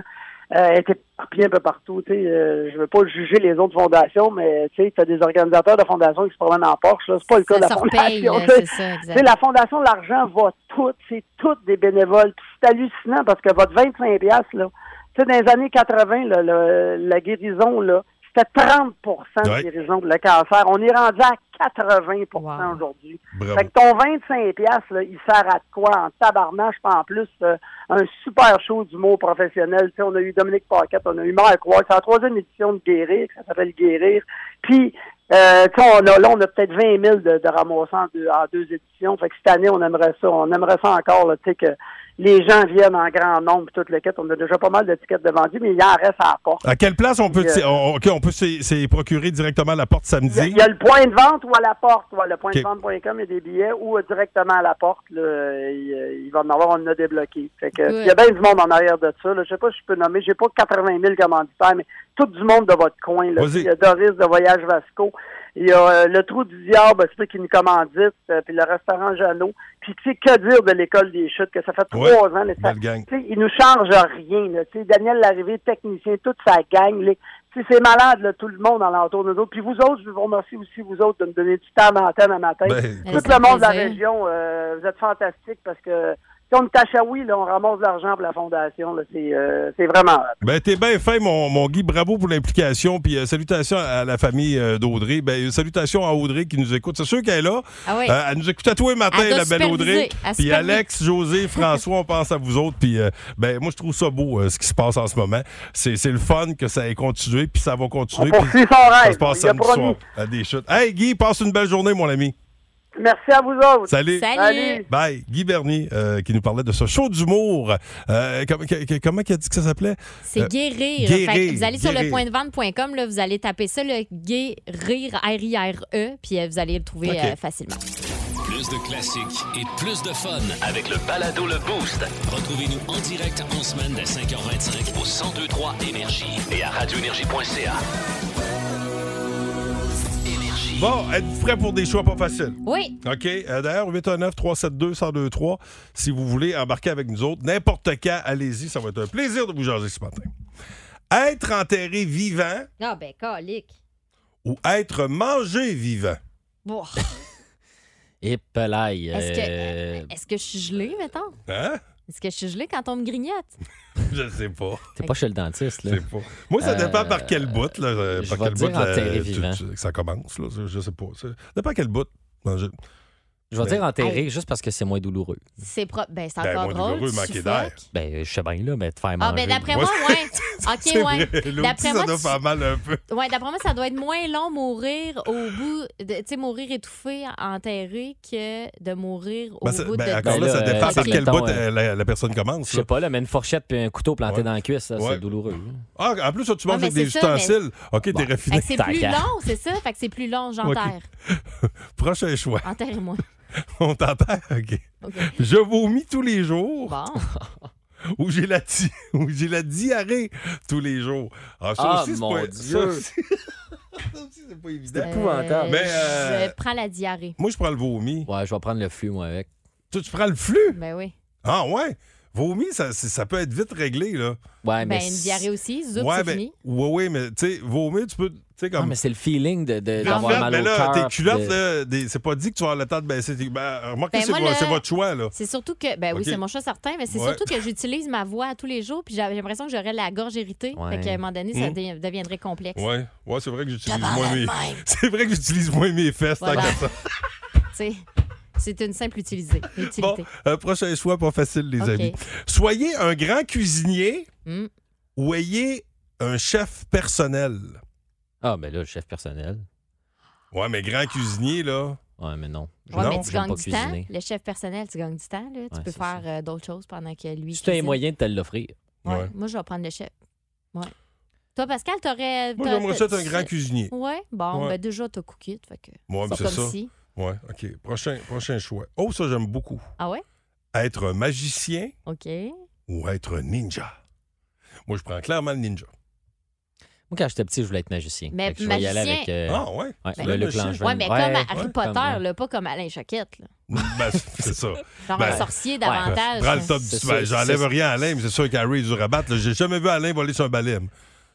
[SPEAKER 9] euh, est éparpillé un peu partout, tu sais. euh, je veux pas juger les autres fondations, mais, tu sais, t'as des organisateurs de fondations qui se promènent en Porsche, là. C'est pas le cas de la
[SPEAKER 5] ça se repaye,
[SPEAKER 9] fondation,
[SPEAKER 5] là,
[SPEAKER 9] tu sais.
[SPEAKER 5] c'est ça,
[SPEAKER 9] Tu sais,
[SPEAKER 5] exact.
[SPEAKER 9] la Fondation de l'argent va tout, c'est toutes des bénévoles. Puis c'est hallucinant parce que votre 25 là, tu sais, dans les années 80, là, le- la guérison, là, c'était 30
[SPEAKER 3] Ouais.
[SPEAKER 9] de guérison pour le cancer. On est rendu à 80
[SPEAKER 5] Wow.
[SPEAKER 9] aujourd'hui.
[SPEAKER 3] Bravo.
[SPEAKER 9] Fait que ton 25 là, il sert à de quoi en tabarnage, puis en plus, euh, un super show d'humour professionnel. Tu sais, on a eu Dominique Paquette, on a eu Marc Croix, c'est la troisième édition de Guérir, que ça s'appelle Guérir. Puis, euh, tu sais, on a, là, on a peut-être 20 000 de, de ramassants en deux, en deux éditions. Fait que cette année, on aimerait ça. On aimerait ça encore, là, tu sais, que les gens viennent en grand nombre, puis toute l'équipe. On a déjà pas mal d'étiquettes de vendues, mais il en reste à la porte.
[SPEAKER 3] À quelle place on peut,
[SPEAKER 9] Puis, euh,
[SPEAKER 3] on, ok, on peut s'y s'y procurer directement à la porte
[SPEAKER 9] Il y a-
[SPEAKER 3] samedi?
[SPEAKER 9] il y a le point de vente ou à la porte. Ouais, le point
[SPEAKER 3] Ok.
[SPEAKER 9] de vente.com, il y a des billets ou euh, directement à la porte. Là, euh, il, euh, il va en avoir, on en a débloqué. Fait que,
[SPEAKER 5] Good.
[SPEAKER 9] il y a bien du monde en arrière de ça. Là. Je sais pas si je peux nommer. J'ai pas 80 000 commanditaires, mais tout du monde de votre coin. Là.
[SPEAKER 3] Vas-y.
[SPEAKER 9] Il y a Doris de Voyage Vasco. Il y a euh, le Trou du Diable, c'est eux qui nous commandite. euh, puis le restaurant Jeannot. Puis tu sais, que dire de l'école des chutes, que ça fait
[SPEAKER 3] Ouais.
[SPEAKER 9] trois ans. là, ça-
[SPEAKER 3] Belle gang.
[SPEAKER 9] tu sais, il nous charge rien. Là. Tu sais, Daniel Larrivé, technicien, toute sa gang. les- tu sais, C'est malade, là, tout le monde alentour de nous autres. Puis vous autres, je vous remercie aussi, vous autres, de me donner du temps à l'antenne un matin.
[SPEAKER 3] Ben,
[SPEAKER 5] Elle
[SPEAKER 9] tout
[SPEAKER 5] ça
[SPEAKER 9] le monde de la
[SPEAKER 5] plaisir.
[SPEAKER 9] région, euh, vous êtes fantastiques parce que si on est à Shawi, là, on ramasse de l'argent pour la fondation. là. C'est euh, c'est vraiment...
[SPEAKER 3] Ben, t'es bien fait, mon, mon Guy. Bravo pour l'implication. Puis euh, salutations à la famille euh, d'Audrey. Ben, salutations à Audrey qui nous écoute. C'est sûr qu'elle est là.
[SPEAKER 5] Ah oui.
[SPEAKER 3] Euh, elle nous écoute à tous les matins,
[SPEAKER 5] Elle doit
[SPEAKER 3] la belle
[SPEAKER 5] superviser.
[SPEAKER 3] Audrey.
[SPEAKER 5] Elle
[SPEAKER 3] Puis
[SPEAKER 5] supervise. (laughs)
[SPEAKER 3] Alex, José, François, on pense à vous autres. Puis euh, ben, moi, je trouve ça beau, euh, ce qui se passe en ce moment. C'est c'est le fun que ça ait continué, puis ça va
[SPEAKER 9] On
[SPEAKER 3] continuer. puis
[SPEAKER 9] poursuit son
[SPEAKER 3] ça
[SPEAKER 9] rêve.
[SPEAKER 3] se passe
[SPEAKER 9] Il a
[SPEAKER 3] samedi soir
[SPEAKER 9] promis.
[SPEAKER 3] à des chutes. Hey, Guy, passe une belle journée, mon ami.
[SPEAKER 9] Merci à vous autres.
[SPEAKER 3] Salut.
[SPEAKER 5] Salut.
[SPEAKER 9] Salut.
[SPEAKER 3] Bye. Guy Bernier, euh, qui nous parlait de ce show d'humour. Euh, com- que- que- comment il a dit que ça s'appelait?
[SPEAKER 5] C'est
[SPEAKER 3] Euh,
[SPEAKER 5] guérir.
[SPEAKER 3] guérir,
[SPEAKER 5] Fait que vous allez sur le
[SPEAKER 3] guérir.
[SPEAKER 5] point de vente.com, là, vous allez taper ça, le guérir, R-I-R-E, puis euh, vous allez le trouver
[SPEAKER 3] Ok.
[SPEAKER 5] euh, facilement.
[SPEAKER 2] Plus de classiques et plus de fun.
[SPEAKER 1] Avec le balado Le Boost,
[SPEAKER 2] Retrouvez-nous en direct en semaine dès 5h25 au 1023 Énergie et à radioénergie.ca.
[SPEAKER 3] Bon, êtes-vous prêts pour des choix pas faciles?
[SPEAKER 5] Oui,
[SPEAKER 3] OK. Euh, D'ailleurs, 819-372-1023, si vous voulez embarquer avec nous autres, n'importe quand, allez-y, ça va être un plaisir de vous jaser ce matin. Être enterré vivant
[SPEAKER 5] Ah ben, colique.
[SPEAKER 3] ou être mangé vivant?
[SPEAKER 5] Bon,
[SPEAKER 4] Et pelaille.
[SPEAKER 5] Est-ce
[SPEAKER 4] euh,
[SPEAKER 5] que, est-ce que je suis gelée, mettons?
[SPEAKER 3] Hein?
[SPEAKER 5] Est-ce que je suis gelée quand on me grignote?
[SPEAKER 3] Je sais pas.
[SPEAKER 4] T'es pas chez le dentiste,
[SPEAKER 3] je
[SPEAKER 4] là.
[SPEAKER 3] sais pas. Moi, ça
[SPEAKER 4] Euh,
[SPEAKER 3] dépend par quel bout, là, euh,
[SPEAKER 4] je
[SPEAKER 3] par
[SPEAKER 4] vais
[SPEAKER 3] quel
[SPEAKER 4] dire
[SPEAKER 3] bout là,
[SPEAKER 4] enterré
[SPEAKER 3] tu-
[SPEAKER 4] vivant.
[SPEAKER 3] tu- que ça commence. Là, je- je sais pas. Ça dépend quel bout. Manger.
[SPEAKER 4] Je vais
[SPEAKER 3] Ben-
[SPEAKER 4] dire enterré juste parce que c'est moins douloureux.
[SPEAKER 5] C'est propre. Ben, c'est
[SPEAKER 3] Ben,
[SPEAKER 5] encore
[SPEAKER 3] moins
[SPEAKER 5] drôle.
[SPEAKER 3] douloureux,
[SPEAKER 5] tu
[SPEAKER 3] manquer
[SPEAKER 5] suffoques.
[SPEAKER 3] d'air.
[SPEAKER 4] Ben, je sais bien, là, mais te faire
[SPEAKER 5] Ah,
[SPEAKER 4] manger.
[SPEAKER 5] ben, d'après
[SPEAKER 3] Moi,
[SPEAKER 5] moi,
[SPEAKER 3] (laughs)
[SPEAKER 5] ouais.
[SPEAKER 3] C'est
[SPEAKER 5] OK, ouais.
[SPEAKER 3] vrai, l'outil,
[SPEAKER 5] D'après
[SPEAKER 3] ça
[SPEAKER 5] moi,
[SPEAKER 3] doit
[SPEAKER 5] tu-
[SPEAKER 3] faire mal un peu.
[SPEAKER 5] Ouais, d'après moi, ça doit être moins long mourir au bout, de, tu sais, mourir étouffé, enterré, que de mourir au
[SPEAKER 3] Ben, ça-
[SPEAKER 5] bout
[SPEAKER 3] ben,
[SPEAKER 5] de.
[SPEAKER 3] encore
[SPEAKER 4] Ben
[SPEAKER 3] là,
[SPEAKER 4] là,
[SPEAKER 3] ça
[SPEAKER 4] euh,
[SPEAKER 3] dépend
[SPEAKER 4] c'est
[SPEAKER 3] par
[SPEAKER 4] que,
[SPEAKER 3] quel
[SPEAKER 4] mettons,
[SPEAKER 3] bout euh, la, la personne commence.
[SPEAKER 4] Je
[SPEAKER 3] là.
[SPEAKER 4] sais pas, là, mais une fourchette puis un couteau planté
[SPEAKER 3] Ouais.
[SPEAKER 4] dans la cuisse, ça,
[SPEAKER 3] Ouais.
[SPEAKER 4] c'est douloureux.
[SPEAKER 3] Ah, en plus, tu
[SPEAKER 5] Non,
[SPEAKER 3] manges
[SPEAKER 5] mais
[SPEAKER 3] avec des
[SPEAKER 5] c'est ça, mais-
[SPEAKER 3] ustensiles. OK, t'es
[SPEAKER 4] Bon.
[SPEAKER 5] Fait
[SPEAKER 3] raffiné.
[SPEAKER 5] que c'est
[SPEAKER 4] Tant
[SPEAKER 5] plus
[SPEAKER 4] qu'à.
[SPEAKER 5] long, c'est ça? Fait que c'est plus long, j'enterre.
[SPEAKER 3] Prochain
[SPEAKER 4] Ah,
[SPEAKER 3] choix.
[SPEAKER 5] Enterre-moi.
[SPEAKER 3] (laughs) On t'entend? OK.
[SPEAKER 5] OK.
[SPEAKER 3] Je vomis tous les jours
[SPEAKER 5] Bon.
[SPEAKER 3] (laughs) ou j'ai la, di- ou j'ai la diarrhée tous les jours. Ah, ça
[SPEAKER 4] Ah,
[SPEAKER 3] aussi, c'est
[SPEAKER 4] mon
[SPEAKER 3] pas... Ça
[SPEAKER 4] Dieu.
[SPEAKER 3] aussi, ça aussi, c'est pas évident.
[SPEAKER 4] épouvantable.
[SPEAKER 3] Mais, euh,
[SPEAKER 5] Je prends la diarrhée.
[SPEAKER 3] Moi, je prends le vomi.
[SPEAKER 4] Ouais, je vais prendre le fût, moi, avec.
[SPEAKER 3] Toi, tu prends le flux?
[SPEAKER 5] Ben oui.
[SPEAKER 3] Ah, ouais? Vomi, ça, c'est- ça peut être vite réglé, là.
[SPEAKER 4] Ouais, mais.
[SPEAKER 5] Ben, une
[SPEAKER 4] c'est-
[SPEAKER 5] diarrhée aussi, zoup,
[SPEAKER 3] ouais,
[SPEAKER 5] c'est
[SPEAKER 3] ben,
[SPEAKER 5] fini.
[SPEAKER 3] ouais, ouais, mais tu sais, vomir, tu peux. Tu sais,
[SPEAKER 4] Non,
[SPEAKER 3] comme.
[SPEAKER 4] mais c'est le feeling de- de-
[SPEAKER 3] Vite
[SPEAKER 4] d'avoir
[SPEAKER 3] fait,
[SPEAKER 4] mal
[SPEAKER 3] mais
[SPEAKER 4] au
[SPEAKER 3] là,
[SPEAKER 4] cœur.
[SPEAKER 3] tes culottes,
[SPEAKER 4] de-
[SPEAKER 3] là, des- c'est pas dit que tu vas avoir le temps de baisser tes. Ben, remarquez,
[SPEAKER 5] Ben,
[SPEAKER 3] c'est
[SPEAKER 5] moi,
[SPEAKER 3] vo-
[SPEAKER 5] le-
[SPEAKER 3] c'est votre choix, là.
[SPEAKER 5] C'est surtout que, ben oui,
[SPEAKER 3] Ok.
[SPEAKER 5] c'est mon choix certain, mais c'est
[SPEAKER 3] Ouais.
[SPEAKER 5] surtout que j'utilise ma voix à tous les jours, puis j'ai j'ai l'impression que j'aurais la gorge irritée.
[SPEAKER 4] Ouais.
[SPEAKER 5] Fait qu'à un moment donné, ça
[SPEAKER 3] Mm.
[SPEAKER 5] dé- deviendrait complexe.
[SPEAKER 3] Ouais, ouais, c'est vrai que j'utilise
[SPEAKER 5] Parle
[SPEAKER 3] moins mes.
[SPEAKER 5] de même,
[SPEAKER 3] (laughs) C'est vrai que j'utilise moins mes fesses tant
[SPEAKER 5] Voilà.
[SPEAKER 3] qu'à ça.
[SPEAKER 5] tu sais. C'est une simple utilisée, utilité.
[SPEAKER 3] Bon, euh, prochain choix, pas facile, les
[SPEAKER 5] OK.
[SPEAKER 3] amis. Soyez un grand cuisinier
[SPEAKER 5] Mm.
[SPEAKER 3] ou ayez un chef personnel.
[SPEAKER 4] Ah, ben là, le chef personnel.
[SPEAKER 3] Ouais, mais grand cuisinier, là.
[SPEAKER 4] Ouais, mais non. Je-
[SPEAKER 5] Ouais,
[SPEAKER 3] Non,
[SPEAKER 5] mais tu
[SPEAKER 4] j'aime
[SPEAKER 5] gagnes
[SPEAKER 4] pas
[SPEAKER 5] du temps.
[SPEAKER 4] cuisiner.
[SPEAKER 5] Le chef personnel, tu gagnes du temps. là. Tu
[SPEAKER 4] Ouais,
[SPEAKER 5] peux
[SPEAKER 4] c'est
[SPEAKER 5] faire euh, d'autres choses pendant que lui.
[SPEAKER 4] Si t'as les
[SPEAKER 5] cuisine.
[SPEAKER 4] moyens de te l'offrir.
[SPEAKER 5] Ouais.
[SPEAKER 3] Ouais.
[SPEAKER 5] Moi, je vais prendre le chef. Ouais. Toi, Pascal, t'aurais.
[SPEAKER 3] Moi,
[SPEAKER 5] t'as-
[SPEAKER 3] j'aimerais ça être un
[SPEAKER 5] tu-
[SPEAKER 3] grand cuisinier.
[SPEAKER 5] Ouais, bon,
[SPEAKER 3] Ouais.
[SPEAKER 5] ben déjà, t'as cookie, fait que.
[SPEAKER 3] Moi, mais
[SPEAKER 5] c'est
[SPEAKER 3] c'est
[SPEAKER 5] comme
[SPEAKER 3] ça.
[SPEAKER 5] si.
[SPEAKER 3] Ouais, OK. Prochain, prochain choix. Oh, ça, j'aime beaucoup.
[SPEAKER 5] Ah ouais?
[SPEAKER 3] Être un magicien
[SPEAKER 5] OK.
[SPEAKER 3] ou être un ninja. Moi, je prends clairement le ninja.
[SPEAKER 4] Moi, quand j'étais petit, je voulais être magicien.
[SPEAKER 5] Mais
[SPEAKER 4] Fait que je vais y aller
[SPEAKER 5] magicien-
[SPEAKER 4] avec euh,
[SPEAKER 3] Ah, ouais.
[SPEAKER 4] ouais,
[SPEAKER 3] tu
[SPEAKER 4] le
[SPEAKER 3] veux
[SPEAKER 4] Luc
[SPEAKER 3] être magicien?
[SPEAKER 4] Langevin.
[SPEAKER 5] Ouais, mais
[SPEAKER 4] Ouais,
[SPEAKER 5] comme à Harry
[SPEAKER 4] ouais,
[SPEAKER 5] Potter,
[SPEAKER 4] comme-
[SPEAKER 5] là, pas comme Alain Choquette. là.
[SPEAKER 3] (laughs) Ben,
[SPEAKER 5] (laughs)
[SPEAKER 3] c'est ça.
[SPEAKER 5] Genre
[SPEAKER 3] Ben,
[SPEAKER 5] un sorcier
[SPEAKER 3] Prends
[SPEAKER 5] davantage.
[SPEAKER 3] le top
[SPEAKER 4] C'est
[SPEAKER 3] du-
[SPEAKER 4] ça,
[SPEAKER 3] ben, J'enlève
[SPEAKER 4] c'est-
[SPEAKER 3] rien à Alain, mais c'est sûr qu'Harry est dur à battre. là. J'ai jamais vu Alain voler sur un balai.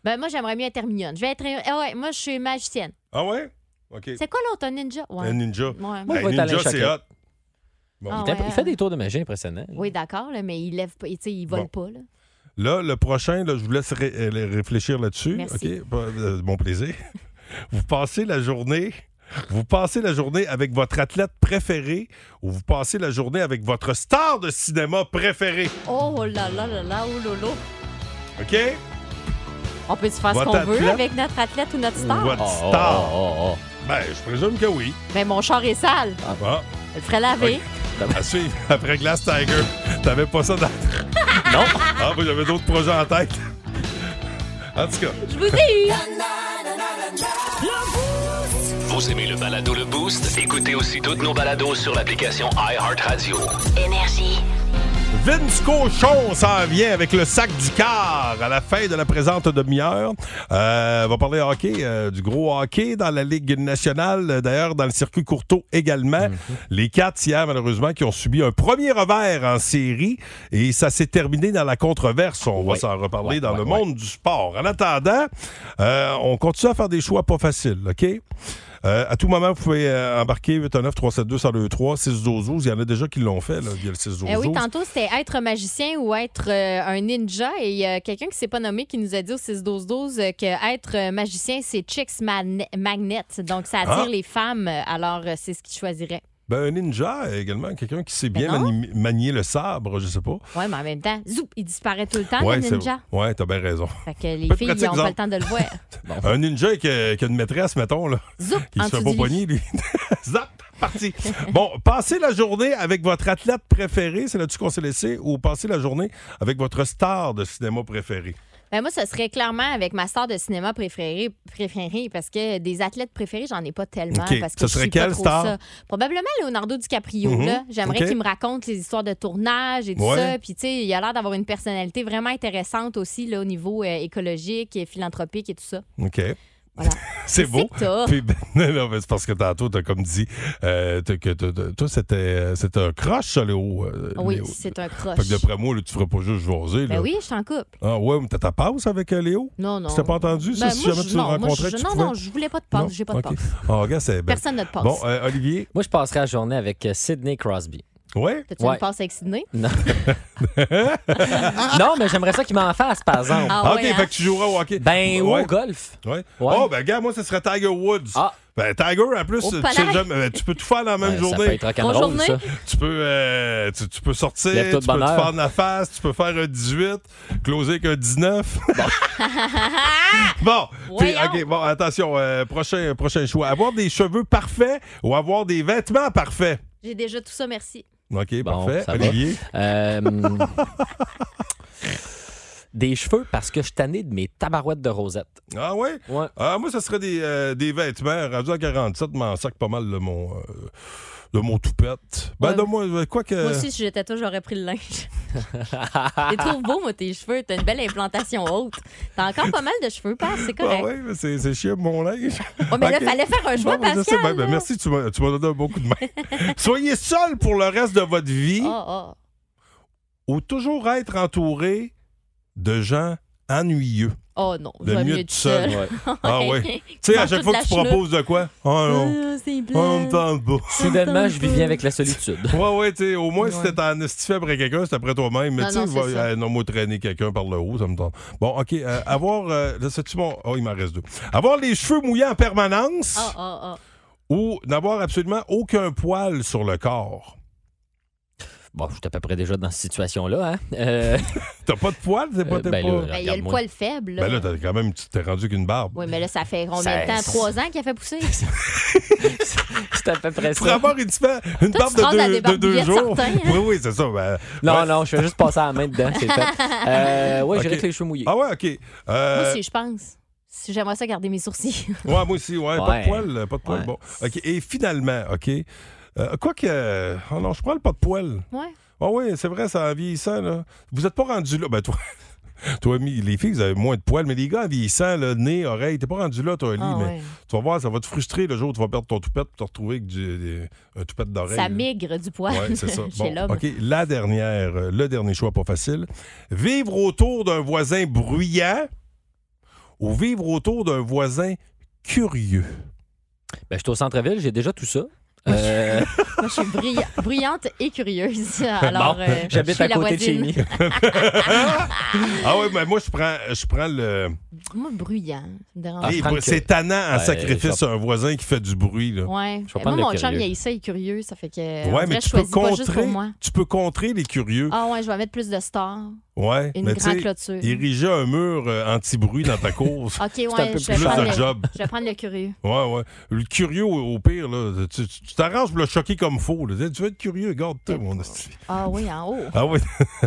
[SPEAKER 5] Ben, moi, j'aimerais mieux être Hermione. Je vais être. Ah ouais, moi, je suis magicienne.
[SPEAKER 3] Ah, ouais? OK.
[SPEAKER 5] C'est quoi l'autre, un ninja? Ouais.
[SPEAKER 3] Un ninja.
[SPEAKER 5] Ouais.
[SPEAKER 4] Moi, je
[SPEAKER 3] Ben,
[SPEAKER 4] vais être
[SPEAKER 3] ninja,
[SPEAKER 4] Alain
[SPEAKER 3] c'est hot.
[SPEAKER 4] Choquette.
[SPEAKER 3] Bon.
[SPEAKER 5] Ah,
[SPEAKER 4] Il, est imp-
[SPEAKER 5] ouais,
[SPEAKER 4] il fait
[SPEAKER 5] ouais.
[SPEAKER 4] des tours de magie impressionnants.
[SPEAKER 5] Oui, d'accord, là, mais il lève pas. Tu sais, il vole
[SPEAKER 3] Bon.
[SPEAKER 5] pas, là.
[SPEAKER 3] Là, le prochain, là, je vous laisse ré- euh, les- réfléchir là-dessus.
[SPEAKER 5] Merci.
[SPEAKER 3] OK? Pas- euh, Mon plaisir. (laughs) Vous passez la journée. Vous passez la journée avec votre athlète préféré ou vous passez la journée avec votre star de cinéma préféré.
[SPEAKER 5] Oh là là là là, oh là là.
[SPEAKER 3] OK?
[SPEAKER 5] On peut se faire ce
[SPEAKER 3] Votre
[SPEAKER 5] qu'on veut
[SPEAKER 3] athlète-
[SPEAKER 5] avec notre athlète ou notre star.
[SPEAKER 3] Ou votre
[SPEAKER 4] Oh, oh,
[SPEAKER 3] star.
[SPEAKER 4] oh, oh,
[SPEAKER 3] Ben, je présume que oui.
[SPEAKER 5] Mais Ben, mon char est sale.
[SPEAKER 3] Ah,
[SPEAKER 5] Je le ferait laver.
[SPEAKER 3] à suivre (laughs) après Glass Tiger. T'avais pas ça dans.
[SPEAKER 4] Non.
[SPEAKER 3] Ah, moi, j'avais d'autres projets en tête. En tout cas.
[SPEAKER 5] Je vous ai eu.
[SPEAKER 2] Vous aimez le balado Le Boost? Écoutez aussi toutes nos balados sur l'application iHeartRadio.
[SPEAKER 10] Énergie.
[SPEAKER 3] Vince Cochon s'en vient avec le sac du quart à la fin de la présente demi-heure. Euh, on va parler hockey, euh, du gros hockey dans la Ligue nationale, euh, d'ailleurs dans le circuit courto également.
[SPEAKER 4] Mhm.
[SPEAKER 3] Les Cats hier, malheureusement, qui ont subi un premier revers en série et ça s'est terminé dans la controverse. On va
[SPEAKER 4] Ouais.
[SPEAKER 3] s'en reparler
[SPEAKER 4] Ouais,
[SPEAKER 3] dans
[SPEAKER 4] ouais,
[SPEAKER 3] le
[SPEAKER 4] ouais.
[SPEAKER 3] monde du sport. En attendant, euh, on continue à faire des choix pas faciles, OK? Euh, à tout moment, vous pouvez euh, embarquer 819 372 1023 612 Il y en a déjà qui l'ont fait là, via le 612
[SPEAKER 5] Eh oui, tantôt, c'était être magicien ou être euh, un ninja. Et il y a quelqu'un qui s'est pas nommé qui nous a dit au 6-12-12 euh, que être euh, magicien, c'est chicks man- magnet. Donc, ça attire
[SPEAKER 3] Ah.
[SPEAKER 5] les femmes. Alors, euh, c'est ce qu'ils choisiraient.
[SPEAKER 3] Ben, un ninja également, quelqu'un qui sait
[SPEAKER 5] Ben
[SPEAKER 3] bien
[SPEAKER 5] non.
[SPEAKER 3] mani- manier le sabre, je sais pas.
[SPEAKER 5] Ouais, mais en même temps, zoup, il disparaît tout le temps,
[SPEAKER 3] ouais,
[SPEAKER 5] le
[SPEAKER 3] c'est-
[SPEAKER 5] Ah, ninja.
[SPEAKER 3] ouais, t'as bien raison.
[SPEAKER 5] Fait que les
[SPEAKER 3] Peu
[SPEAKER 5] filles
[SPEAKER 3] pratique,
[SPEAKER 5] n'ont pas
[SPEAKER 3] ça.
[SPEAKER 5] le temps de le voir.
[SPEAKER 3] (laughs) Un ninja qui a, qui a une maîtresse, mettons, là,
[SPEAKER 5] Zoup,
[SPEAKER 3] qui
[SPEAKER 5] en
[SPEAKER 3] se fait
[SPEAKER 5] dessous
[SPEAKER 3] pas
[SPEAKER 5] du lit.
[SPEAKER 3] poigner, lui. (laughs) Zap, parti. Bon, passez la journée avec votre athlète préféré, c'est là-dessus qu'on s'est laissé, ou passez la journée avec votre star de cinéma préféré.
[SPEAKER 5] Ben, moi, ce serait clairement avec ma star de cinéma préférée, préférée parce que des athlètes préférés, j'en ai pas tellement.
[SPEAKER 3] OK.
[SPEAKER 5] Parce que
[SPEAKER 3] Ce
[SPEAKER 5] je
[SPEAKER 3] serait
[SPEAKER 5] suis pas
[SPEAKER 3] quelle
[SPEAKER 5] trop
[SPEAKER 3] star?
[SPEAKER 5] ça. Probablement Leonardo DiCaprio.
[SPEAKER 3] Mhm.
[SPEAKER 5] là. J'aimerais
[SPEAKER 3] OK.
[SPEAKER 5] qu'il me raconte les histoires de tournage et tout
[SPEAKER 3] Ouais.
[SPEAKER 5] ça. Puis, tu sais, il a l'air d'avoir une personnalité vraiment intéressante aussi là, au niveau euh, écologique et philanthropique et tout ça.
[SPEAKER 3] OK.
[SPEAKER 5] Voilà.
[SPEAKER 3] (laughs) C'est
[SPEAKER 5] que
[SPEAKER 3] beau.
[SPEAKER 5] t'as?
[SPEAKER 3] Puis, ben, (laughs) non, mais c'est parce que tantôt, t'as comme dit euh, t'as- que t'as- t'as- toi, c'était euh, c'était un crush, ça, Léo. euh,
[SPEAKER 5] Oui,
[SPEAKER 3] Léo.
[SPEAKER 5] c'est un
[SPEAKER 3] Fait
[SPEAKER 5] croche.
[SPEAKER 3] que d'après moi, là, tu feras pas juste jaser. là.
[SPEAKER 5] Ben oui, je suis en couple.
[SPEAKER 3] Ah ouais, mais t'as ta passe avec euh, Léo?
[SPEAKER 5] Non, non.
[SPEAKER 3] Tu t'as pas entendu ça?
[SPEAKER 5] Ben,
[SPEAKER 3] si
[SPEAKER 5] moi,
[SPEAKER 3] jamais
[SPEAKER 5] je-
[SPEAKER 3] tu le
[SPEAKER 5] non, moi,
[SPEAKER 3] rencontrais,
[SPEAKER 5] je-
[SPEAKER 3] tu
[SPEAKER 5] non,
[SPEAKER 3] pouvais?
[SPEAKER 5] non, je voulais pas de passe.
[SPEAKER 3] Non?
[SPEAKER 5] J'ai pas de
[SPEAKER 3] OK.
[SPEAKER 5] passe.
[SPEAKER 3] Ah, regarde, c'est bien.
[SPEAKER 5] Personne n'a de passe.
[SPEAKER 3] Bon, euh, Olivier,
[SPEAKER 4] Moi, je passerai la journée avec euh, Sidney Crosby.
[SPEAKER 3] ouais?
[SPEAKER 5] T'as-tu
[SPEAKER 4] Ouais.
[SPEAKER 5] une passe avec Sydney?
[SPEAKER 3] (laughs)
[SPEAKER 4] Non. (laughs) non, mais j'aimerais ça qu'il m'en fasse, par exemple.
[SPEAKER 5] Ah,
[SPEAKER 3] Ah, ok,
[SPEAKER 5] ouais, hein?
[SPEAKER 3] fait que tu joueras au hockey.
[SPEAKER 4] Ben,
[SPEAKER 3] ouais.
[SPEAKER 4] au golf.
[SPEAKER 3] Ouais.
[SPEAKER 4] Ouais.
[SPEAKER 3] Oh, ben, gars, moi, ce serait Tiger Woods.
[SPEAKER 4] Ah.
[SPEAKER 3] Ben, Tiger, en plus,
[SPEAKER 5] Au
[SPEAKER 3] tu,
[SPEAKER 5] palais.
[SPEAKER 3] sais jamais- ben, tu peux tout faire dans la même
[SPEAKER 4] Ouais, Ça peut
[SPEAKER 3] journée.
[SPEAKER 4] être rock'n'roll,
[SPEAKER 5] Bonne
[SPEAKER 4] ça.
[SPEAKER 5] journée.
[SPEAKER 3] Tu peux, euh, tu, tu peux sortir, tu
[SPEAKER 4] Lève-toi
[SPEAKER 3] peux te
[SPEAKER 4] de bonne heure.
[SPEAKER 3] faire de la face, tu peux faire un 18, closer avec
[SPEAKER 5] (laughs)
[SPEAKER 3] un 19. Bon, puis,
[SPEAKER 5] Voyons.
[SPEAKER 3] ok, bon, attention, euh, prochain, prochain choix. Avoir des cheveux parfaits ou avoir des vêtements parfaits?
[SPEAKER 5] J'ai déjà tout ça, merci.
[SPEAKER 3] OK,
[SPEAKER 4] Bon,
[SPEAKER 3] parfait.
[SPEAKER 4] ça va.
[SPEAKER 3] Olivier?
[SPEAKER 4] Euh, (laughs) des cheveux parce que je suis tanné de mes tabarouettes de rosette.
[SPEAKER 3] Ah ouais?
[SPEAKER 4] Ouais.
[SPEAKER 3] Ah, moi, ça serait des, euh, des vêtements. Rendu à 47, m'en sac pas mal de mon, euh, de mon toupette. Ben,
[SPEAKER 5] Ouais.
[SPEAKER 3] de moi, quoi que.
[SPEAKER 5] Moi aussi, si j'étais toi, j'aurais pris le linge.
[SPEAKER 3] (laughs)
[SPEAKER 5] T'es trop beau, moi, tes cheveux. T'as une belle implantation haute. T'as encore pas mal de cheveux, passe, c'est
[SPEAKER 3] Ah
[SPEAKER 5] correct.
[SPEAKER 3] ouais, mais c'est c'est chiant, mon linge.
[SPEAKER 5] Ouais, mais là,
[SPEAKER 3] Ok.
[SPEAKER 5] fallait faire un choix,
[SPEAKER 3] Bon, ben, je sais,
[SPEAKER 5] Pascal.
[SPEAKER 3] ben, ben,
[SPEAKER 5] là.
[SPEAKER 3] merci, tu m'as tu m'as donné un bon coup de
[SPEAKER 5] (laughs)
[SPEAKER 3] main. Soyez seul pour le reste de votre vie
[SPEAKER 5] Ah, ah.
[SPEAKER 3] ou toujours être entouré de gens ennuyeux.
[SPEAKER 5] Oh non,
[SPEAKER 3] Le
[SPEAKER 5] je vais
[SPEAKER 3] mieux
[SPEAKER 5] mieux
[SPEAKER 3] tout
[SPEAKER 5] tout
[SPEAKER 3] seul.
[SPEAKER 5] seul. (laughs)
[SPEAKER 4] Ouais.
[SPEAKER 3] Ah ouais. Tu sais, à
[SPEAKER 5] Mange
[SPEAKER 3] chaque
[SPEAKER 5] toute
[SPEAKER 3] fois
[SPEAKER 5] la
[SPEAKER 3] que tu
[SPEAKER 5] chenoute.
[SPEAKER 3] proposes de quoi? Oh non,
[SPEAKER 5] Ah, c'est
[SPEAKER 3] oh, on me
[SPEAKER 5] blanc.
[SPEAKER 3] tente pas.
[SPEAKER 4] Soudainement, je vivais avec la solitude.
[SPEAKER 3] (laughs) Ouais, ouais, tu sais, au moins, si
[SPEAKER 5] Ouais.
[SPEAKER 3] t'es en esti fait après quelqu'un, c'est après toi-même. Mais
[SPEAKER 5] Non,
[SPEAKER 3] tu sais,
[SPEAKER 5] non, c'est
[SPEAKER 3] va-
[SPEAKER 5] ça.
[SPEAKER 3] euh, non, moi, traîner quelqu'un par le haut, ça me tente. Bon,
[SPEAKER 5] (laughs)
[SPEAKER 3] OK. euh, avoir. euh, là, c'est-tu mon. Oh, il m'en reste deux. Avoir les cheveux mouillés en permanence
[SPEAKER 5] Ah, ah, ah.
[SPEAKER 3] ou n'avoir absolument aucun poil sur le corps.
[SPEAKER 4] Bon, je suis à peu près déjà dans cette situation-là. Hein? Euh,
[SPEAKER 3] (laughs) T'as pas de poil, t'es pas.
[SPEAKER 4] Euh,
[SPEAKER 3] t'es
[SPEAKER 4] ben
[SPEAKER 3] pas-
[SPEAKER 4] là,
[SPEAKER 5] Ben, il y a le
[SPEAKER 4] Regarde-moi.
[SPEAKER 5] poil faible. Là.
[SPEAKER 3] Ben là, t'as quand même. Tu t'es rendu qu'une
[SPEAKER 4] (laughs)
[SPEAKER 3] barbe.
[SPEAKER 5] oui, mais là, ça fait combien de
[SPEAKER 4] Ça-
[SPEAKER 5] temps? Trois ans qu'il a fait
[SPEAKER 3] (laughs)
[SPEAKER 5] pousser?
[SPEAKER 4] c'est à peu près
[SPEAKER 3] Pour
[SPEAKER 4] ça.
[SPEAKER 3] avoir une, différen- une
[SPEAKER 5] Toi,
[SPEAKER 3] barbe
[SPEAKER 5] tu te rases à
[SPEAKER 3] de
[SPEAKER 5] des
[SPEAKER 3] deux, de deux
[SPEAKER 5] barbouillettes,
[SPEAKER 3] jours.
[SPEAKER 5] certain, hein?
[SPEAKER 3] Oui, oui, c'est ça. ben,
[SPEAKER 4] Non,
[SPEAKER 3] ouais.
[SPEAKER 4] non, je vais juste passer la main dedans,
[SPEAKER 5] (laughs)
[SPEAKER 4] c'est fait. Euh, ouais,
[SPEAKER 3] Ok.
[SPEAKER 4] j'irai avec les cheveux mouillés.
[SPEAKER 3] Ah ouais, OK. Euh,
[SPEAKER 5] Moi aussi, je pense. Si J'aimerais ça garder mes sourcils.
[SPEAKER 3] Ouais, moi aussi, ouais. Pas de
[SPEAKER 4] Ouais.
[SPEAKER 3] poil, euh, pas de poil.
[SPEAKER 4] Ouais.
[SPEAKER 3] Bon. OK. Et finalement, OK. Euh, quoi que. Oh non, je prends le pas de poil.
[SPEAKER 5] ouais.
[SPEAKER 3] Ah oui, c'est vrai, ça en vieillissant, là. Vous êtes pas rendu là. Ben, toi. (laughs) Toi, mi- les filles, vous avez moins de poils, mais les gars, en vieillissant, là, nez, oreille, t'es pas rendu là, toi, Oli,
[SPEAKER 5] Ah,
[SPEAKER 3] mais
[SPEAKER 5] ouais.
[SPEAKER 3] tu vas voir, ça va te frustrer le jour où tu vas perdre ton toupette pour te retrouver avec du, des- un toupette d'oreille.
[SPEAKER 5] Ça
[SPEAKER 3] là.
[SPEAKER 5] migre du poil
[SPEAKER 3] euh, Ouais, c'est ça.
[SPEAKER 5] (laughs) chez
[SPEAKER 3] Bon,
[SPEAKER 5] l'homme.
[SPEAKER 3] OK, la dernière, euh, le dernier choix pas facile. Vivre autour d'un voisin bruyant ou vivre autour d'un voisin curieux.
[SPEAKER 4] Ben, je suis au centre-ville, j'ai déjà tout ça.
[SPEAKER 3] (laughs)
[SPEAKER 4] Euh,
[SPEAKER 5] Moi, je suis brilli- brillante et
[SPEAKER 3] (laughs)
[SPEAKER 5] curieuse. Alors,
[SPEAKER 4] bon,
[SPEAKER 5] euh, je
[SPEAKER 4] j'habite
[SPEAKER 5] suis
[SPEAKER 4] à
[SPEAKER 5] la
[SPEAKER 4] côté de chez
[SPEAKER 5] voisine.
[SPEAKER 4] nous.
[SPEAKER 3] Ah ouais, mais moi je prends je prends le
[SPEAKER 5] Moi, bruyant. Ça me dérange.
[SPEAKER 4] Ah,
[SPEAKER 3] les-
[SPEAKER 4] je prends le
[SPEAKER 3] c'est tannant en
[SPEAKER 4] Ouais,
[SPEAKER 3] sacrifice
[SPEAKER 4] je-
[SPEAKER 3] un voisin qui fait du bruit là.
[SPEAKER 5] ouais. Eh,
[SPEAKER 4] vais
[SPEAKER 5] Moi,
[SPEAKER 4] prendre
[SPEAKER 5] mon
[SPEAKER 4] le
[SPEAKER 5] chum, euh,
[SPEAKER 4] curieux.
[SPEAKER 5] il est ça, il est curieux. Ça fait que.
[SPEAKER 3] Ouais,
[SPEAKER 5] on dirait,
[SPEAKER 3] mais
[SPEAKER 5] je
[SPEAKER 3] tu peux
[SPEAKER 5] choisis pas juste
[SPEAKER 3] contrer.
[SPEAKER 5] pour moi.
[SPEAKER 3] Tu peux contrer les curieux.
[SPEAKER 5] Ah, ouais, je vais mettre plus de stars.
[SPEAKER 3] ouais,
[SPEAKER 5] Une
[SPEAKER 3] mais tu
[SPEAKER 5] grande
[SPEAKER 3] sais
[SPEAKER 5] clôture.
[SPEAKER 3] ériger un mur euh, anti-bruit dans ta course.
[SPEAKER 5] (laughs) Ok, ouais,
[SPEAKER 4] peu
[SPEAKER 5] je,
[SPEAKER 3] Plus
[SPEAKER 5] vais prendre
[SPEAKER 3] de
[SPEAKER 5] le,
[SPEAKER 3] job.
[SPEAKER 5] je vais prendre le curieux.
[SPEAKER 3] Ouais, ouais. Le curieux, au au pire, là, tu tu- tu t'arranges pour le choquer comme faux. là. Tu veux être curieux, garde-toi, mon esti.
[SPEAKER 5] Ah, oui, en haut.
[SPEAKER 3] Ah oui. (laughs)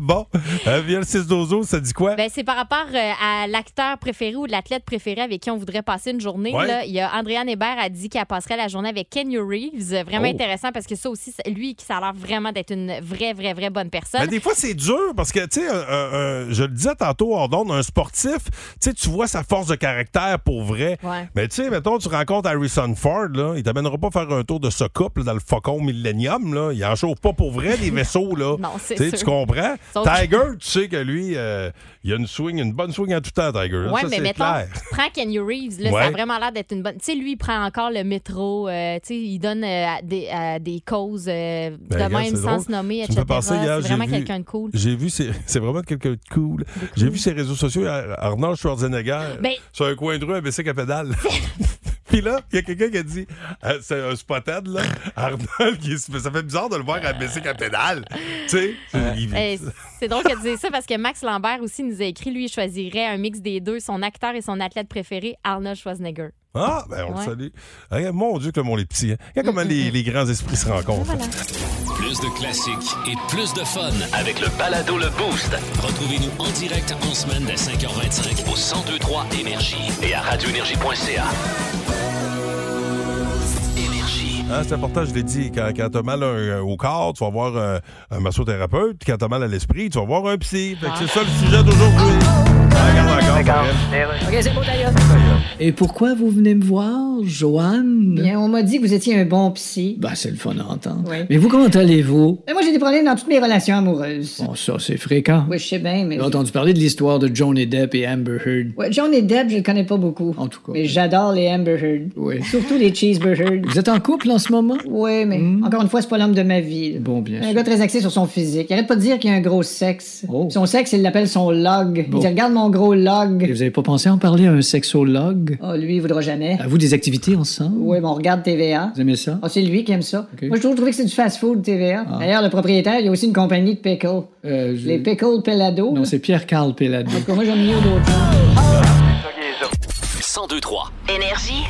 [SPEAKER 3] bon, euh, via le 6 dozo, ça dit quoi?
[SPEAKER 5] Ben, c'est par rapport euh, à l'acteur préféré ou l'athlète préféré avec qui on voudrait passer une journée.
[SPEAKER 3] Ouais.
[SPEAKER 5] là. Il y a Andréane Hébert a dit qu'elle passerait la journée avec Kenny Reeves. Euh, Vraiment
[SPEAKER 4] Oh.
[SPEAKER 5] intéressant parce que ça aussi, ça- lui, ça a l'air vraiment d'être une vraie, vraie, vraie bonne personne.
[SPEAKER 3] Mais des fois, c'est dur parce que, tu sais, euh, euh, je le disais tantôt, Ordon, un sportif, tu sais, tu vois sa force de caractère pour vrai.
[SPEAKER 5] Ouais.
[SPEAKER 3] Mais tu sais, mettons, tu rencontres Harrison Ford, là, il t'amènera pas faire un tour de ce couple dans le Faucon Millennium, là. Il en chauffe pas pour vrai, les vaisseaux, là.
[SPEAKER 5] (laughs) Non, c'est
[SPEAKER 3] Tu sais,
[SPEAKER 5] sûr.
[SPEAKER 3] tu comprends?
[SPEAKER 5] Sauf-
[SPEAKER 3] Tiger, tu sais que lui, euh, il a une swing, une bonne swing en tout temps, Tiger.
[SPEAKER 5] Ouais,
[SPEAKER 3] Ça,
[SPEAKER 5] mais
[SPEAKER 3] c'est
[SPEAKER 5] mettons, (laughs)
[SPEAKER 3] clair.
[SPEAKER 5] prends Kenny Reeves, là,
[SPEAKER 3] Ouais.
[SPEAKER 5] ça a vraiment l'air d'être une bonne. Tu sais, lui, il prend encore le métro, euh, tu sais, il donne euh, à des, à des causes euh,
[SPEAKER 3] Ben,
[SPEAKER 5] de
[SPEAKER 3] regarde,
[SPEAKER 5] même
[SPEAKER 3] c'est
[SPEAKER 5] sans
[SPEAKER 3] drôle.
[SPEAKER 5] se nommer,
[SPEAKER 3] Tu me fais
[SPEAKER 5] etc.
[SPEAKER 3] penser, hier,
[SPEAKER 5] C'est
[SPEAKER 3] j'ai
[SPEAKER 5] vraiment
[SPEAKER 3] vu-
[SPEAKER 5] quelqu'un de cool.
[SPEAKER 3] J'ai vu, c'est (laughs) c'est vraiment quelqu'un de cool. J'ai vu ses réseaux sociaux, Ar- Arnold Schwarzenegger,
[SPEAKER 5] Ben- (laughs)
[SPEAKER 3] sur un coin de rue, un bicycle à pédale. (laughs) Puis là, il y a quelqu'un qui a dit euh, c'est un spotted, là. Arnold, qui, est- ça fait bizarre de le voir abaisser quand pédale. Tu sais, il-
[SPEAKER 5] Eh, c'est drôle que tu dises ça parce que Max Lambert aussi nous a écrit, lui, il choisirait un mix des deux, son acteur et son athlète préféré, Arnold Schwarzenegger.
[SPEAKER 3] Ah, ben
[SPEAKER 5] Ouais.
[SPEAKER 3] on
[SPEAKER 5] Mm,
[SPEAKER 3] le salue. Regarde, mon Dieu, que le monde est petit. hein. Regarde comment les, les grands esprits se rencontrent.
[SPEAKER 2] Plus de classiques et plus de fun avec le balado Le Boost. Retrouvez-nous en direct en semaine dès 5h25 au 1023 Énergie et à radioénergie.ca. Énergie.
[SPEAKER 3] Hein, c'est important, je l'ai dit, quand, quand t'as mal euh, au corps, tu vas voir euh, un massothérapeute. Puis Quand t'as mal à l'esprit, tu vas voir un psy. Fait que c'est ça le sujet d'aujourd'hui. Ah, regarde encore, Maurice.
[SPEAKER 10] Et pourquoi vous venez me voir, Joanne?
[SPEAKER 7] Bien, on m'a dit que vous étiez un bon psy.
[SPEAKER 10] Ben, c'est le fun à entendre.
[SPEAKER 7] Oui.
[SPEAKER 10] Mais vous, comment allez-vous?
[SPEAKER 7] Mais moi, j'ai des problèmes dans toutes mes relations amoureuses.
[SPEAKER 10] Bon, ça, c'est fréquent.
[SPEAKER 7] Oui, je sais bien, mais.
[SPEAKER 10] J'ai entendu parler de l'histoire de Johnny Depp et Amber Heard.
[SPEAKER 7] Ouais, John et Deb, je le connais pas beaucoup.
[SPEAKER 10] En tout cas.
[SPEAKER 7] Mais j'adore les Amber Heard.
[SPEAKER 10] Oui.
[SPEAKER 7] Surtout les Cheeseburgers.
[SPEAKER 10] Vous êtes en couple en ce moment?
[SPEAKER 7] Oui, mais
[SPEAKER 10] Hmm.
[SPEAKER 7] encore une fois, c'est pas l'homme de ma vie. là.
[SPEAKER 10] Bon, bien
[SPEAKER 7] un
[SPEAKER 10] sûr.
[SPEAKER 7] gars très axé sur son physique. Il arrête pas de dire qu'il a un gros sexe.
[SPEAKER 10] Oh.
[SPEAKER 7] Son sexe, il l'appelle son log.
[SPEAKER 10] Bon.
[SPEAKER 7] Il dit Regarde mon gros
[SPEAKER 10] Et
[SPEAKER 7] log.
[SPEAKER 10] vous avez pas pensé en parler à un sexologue?
[SPEAKER 7] Ah, lui, il voudra jamais.
[SPEAKER 10] À vous des activités ensemble?
[SPEAKER 7] Oui, mais on regarde TVA.
[SPEAKER 10] Vous aimez ça?
[SPEAKER 7] Ah, c'est lui qui aime ça.
[SPEAKER 10] Ok.
[SPEAKER 7] Moi, j'ai toujours trouvé que c'est du fast-food, TVA.
[SPEAKER 10] Ah.
[SPEAKER 7] D'ailleurs, le propriétaire, il y a aussi une compagnie de pickles.
[SPEAKER 10] Euh, je-
[SPEAKER 7] Les pickles Pelado.
[SPEAKER 10] Non, c'est Pierre-Carl Pellado.
[SPEAKER 7] En tout cas, moi, j'aime mieux d'autres choses.
[SPEAKER 2] 1023
[SPEAKER 11] Énergie.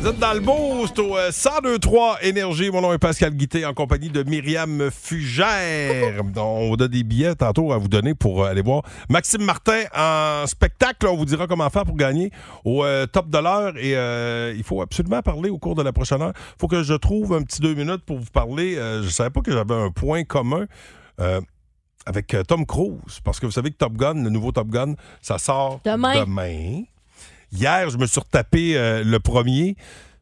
[SPEAKER 3] Vous êtes dans le boost au euh, 1023 Énergie. Mon nom est Pascal Guité en compagnie de Myriam Fugère. On a des billets tantôt à vous donner pour euh, aller voir Maxime Martin en spectacle. On vous dira comment faire pour gagner au euh, top de l'heure. Et euh, il faut absolument parler au cours de la prochaine heure. Il faut que je trouve un petit deux minutes pour vous parler. Euh, je ne savais pas que j'avais un point commun. euh, avec euh, Tom Cruise, parce que vous savez que Top Gun, le nouveau Top Gun, ça sort
[SPEAKER 5] Demain.
[SPEAKER 3] demain. Hier, je me suis retapé euh, le premier.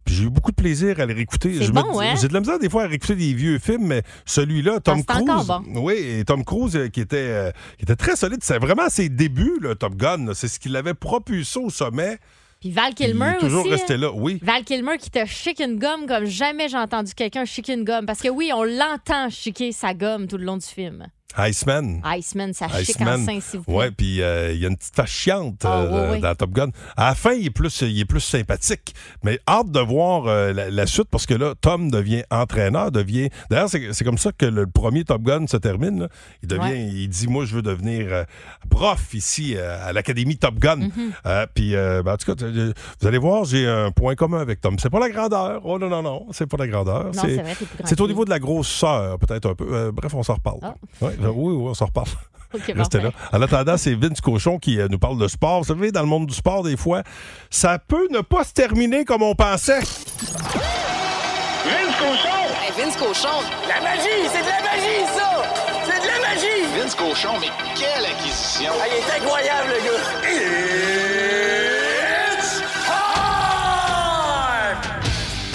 [SPEAKER 3] Puis j'ai eu beaucoup de plaisir à le réécouter.
[SPEAKER 5] C'est
[SPEAKER 3] Je
[SPEAKER 5] bon,
[SPEAKER 3] me-
[SPEAKER 5] hein?
[SPEAKER 3] J'ai de la misère des fois à réécouter des vieux films, mais celui-là, Tom
[SPEAKER 5] Ah, c'est
[SPEAKER 3] Cruise.
[SPEAKER 5] encore
[SPEAKER 3] Oui, et Tom Cruise euh, qui était, euh, qui était très solide. C'est vraiment à ses débuts, le Top Gun. là. C'est ce qui l'avait propulsé au sommet.
[SPEAKER 5] Puis Val
[SPEAKER 3] Puis
[SPEAKER 5] Kilmer
[SPEAKER 3] il est toujours
[SPEAKER 5] aussi.
[SPEAKER 3] resté
[SPEAKER 5] hein.
[SPEAKER 3] là. Oui.
[SPEAKER 5] Val Kilmer qui te chic une gomme comme jamais j'ai entendu quelqu'un chic une gomme. Parce que oui, on l'entend chiquer sa gomme tout le long du film.
[SPEAKER 3] Iceman.
[SPEAKER 5] Iceman, ça chic en
[SPEAKER 3] Iceman.
[SPEAKER 5] sein, s'il vous plaît.
[SPEAKER 3] Ouais, puis euh, il y a une petite face chiante
[SPEAKER 5] Ah,
[SPEAKER 3] euh,
[SPEAKER 5] ouais, ouais.
[SPEAKER 3] dans Top Gun. À la fin, il est plus, il est plus sympathique. Mais hâte de voir euh, la, la suite parce que là, Tom devient entraîneur, devient. D'ailleurs, c'est c'est comme ça que le premier Top Gun se termine. là. Il devient,
[SPEAKER 5] Ouais.
[SPEAKER 3] il dit, moi, je veux devenir euh, prof ici euh, à l'académie Top Gun.
[SPEAKER 5] Mm-hmm.
[SPEAKER 3] Euh, puis, euh, ben, en tout cas, euh, vous allez voir, j'ai un point commun avec Tom. C'est pas la grandeur. Oh non, non, non, c'est pas la grandeur.
[SPEAKER 5] Non,
[SPEAKER 3] C'est-
[SPEAKER 5] c'est vrai, t'es plus grand
[SPEAKER 3] c'est
[SPEAKER 5] que
[SPEAKER 3] au
[SPEAKER 5] lui.
[SPEAKER 3] niveau de la grosseur, peut-être un peu. Euh, bref, on s'en reparle.
[SPEAKER 5] Ah.
[SPEAKER 3] Ouais, oui, oui, on s'en reparle.
[SPEAKER 5] Ok,
[SPEAKER 3] Restez
[SPEAKER 5] parfait.
[SPEAKER 3] là. En attendant, c'est Vince Cochon qui euh, nous parle de sport. Vous savez, dans le monde du sport, des fois, ça peut ne pas se terminer comme on pensait.
[SPEAKER 11] Vince Cochon.
[SPEAKER 2] Vince Cochon, mais quelle acquisition!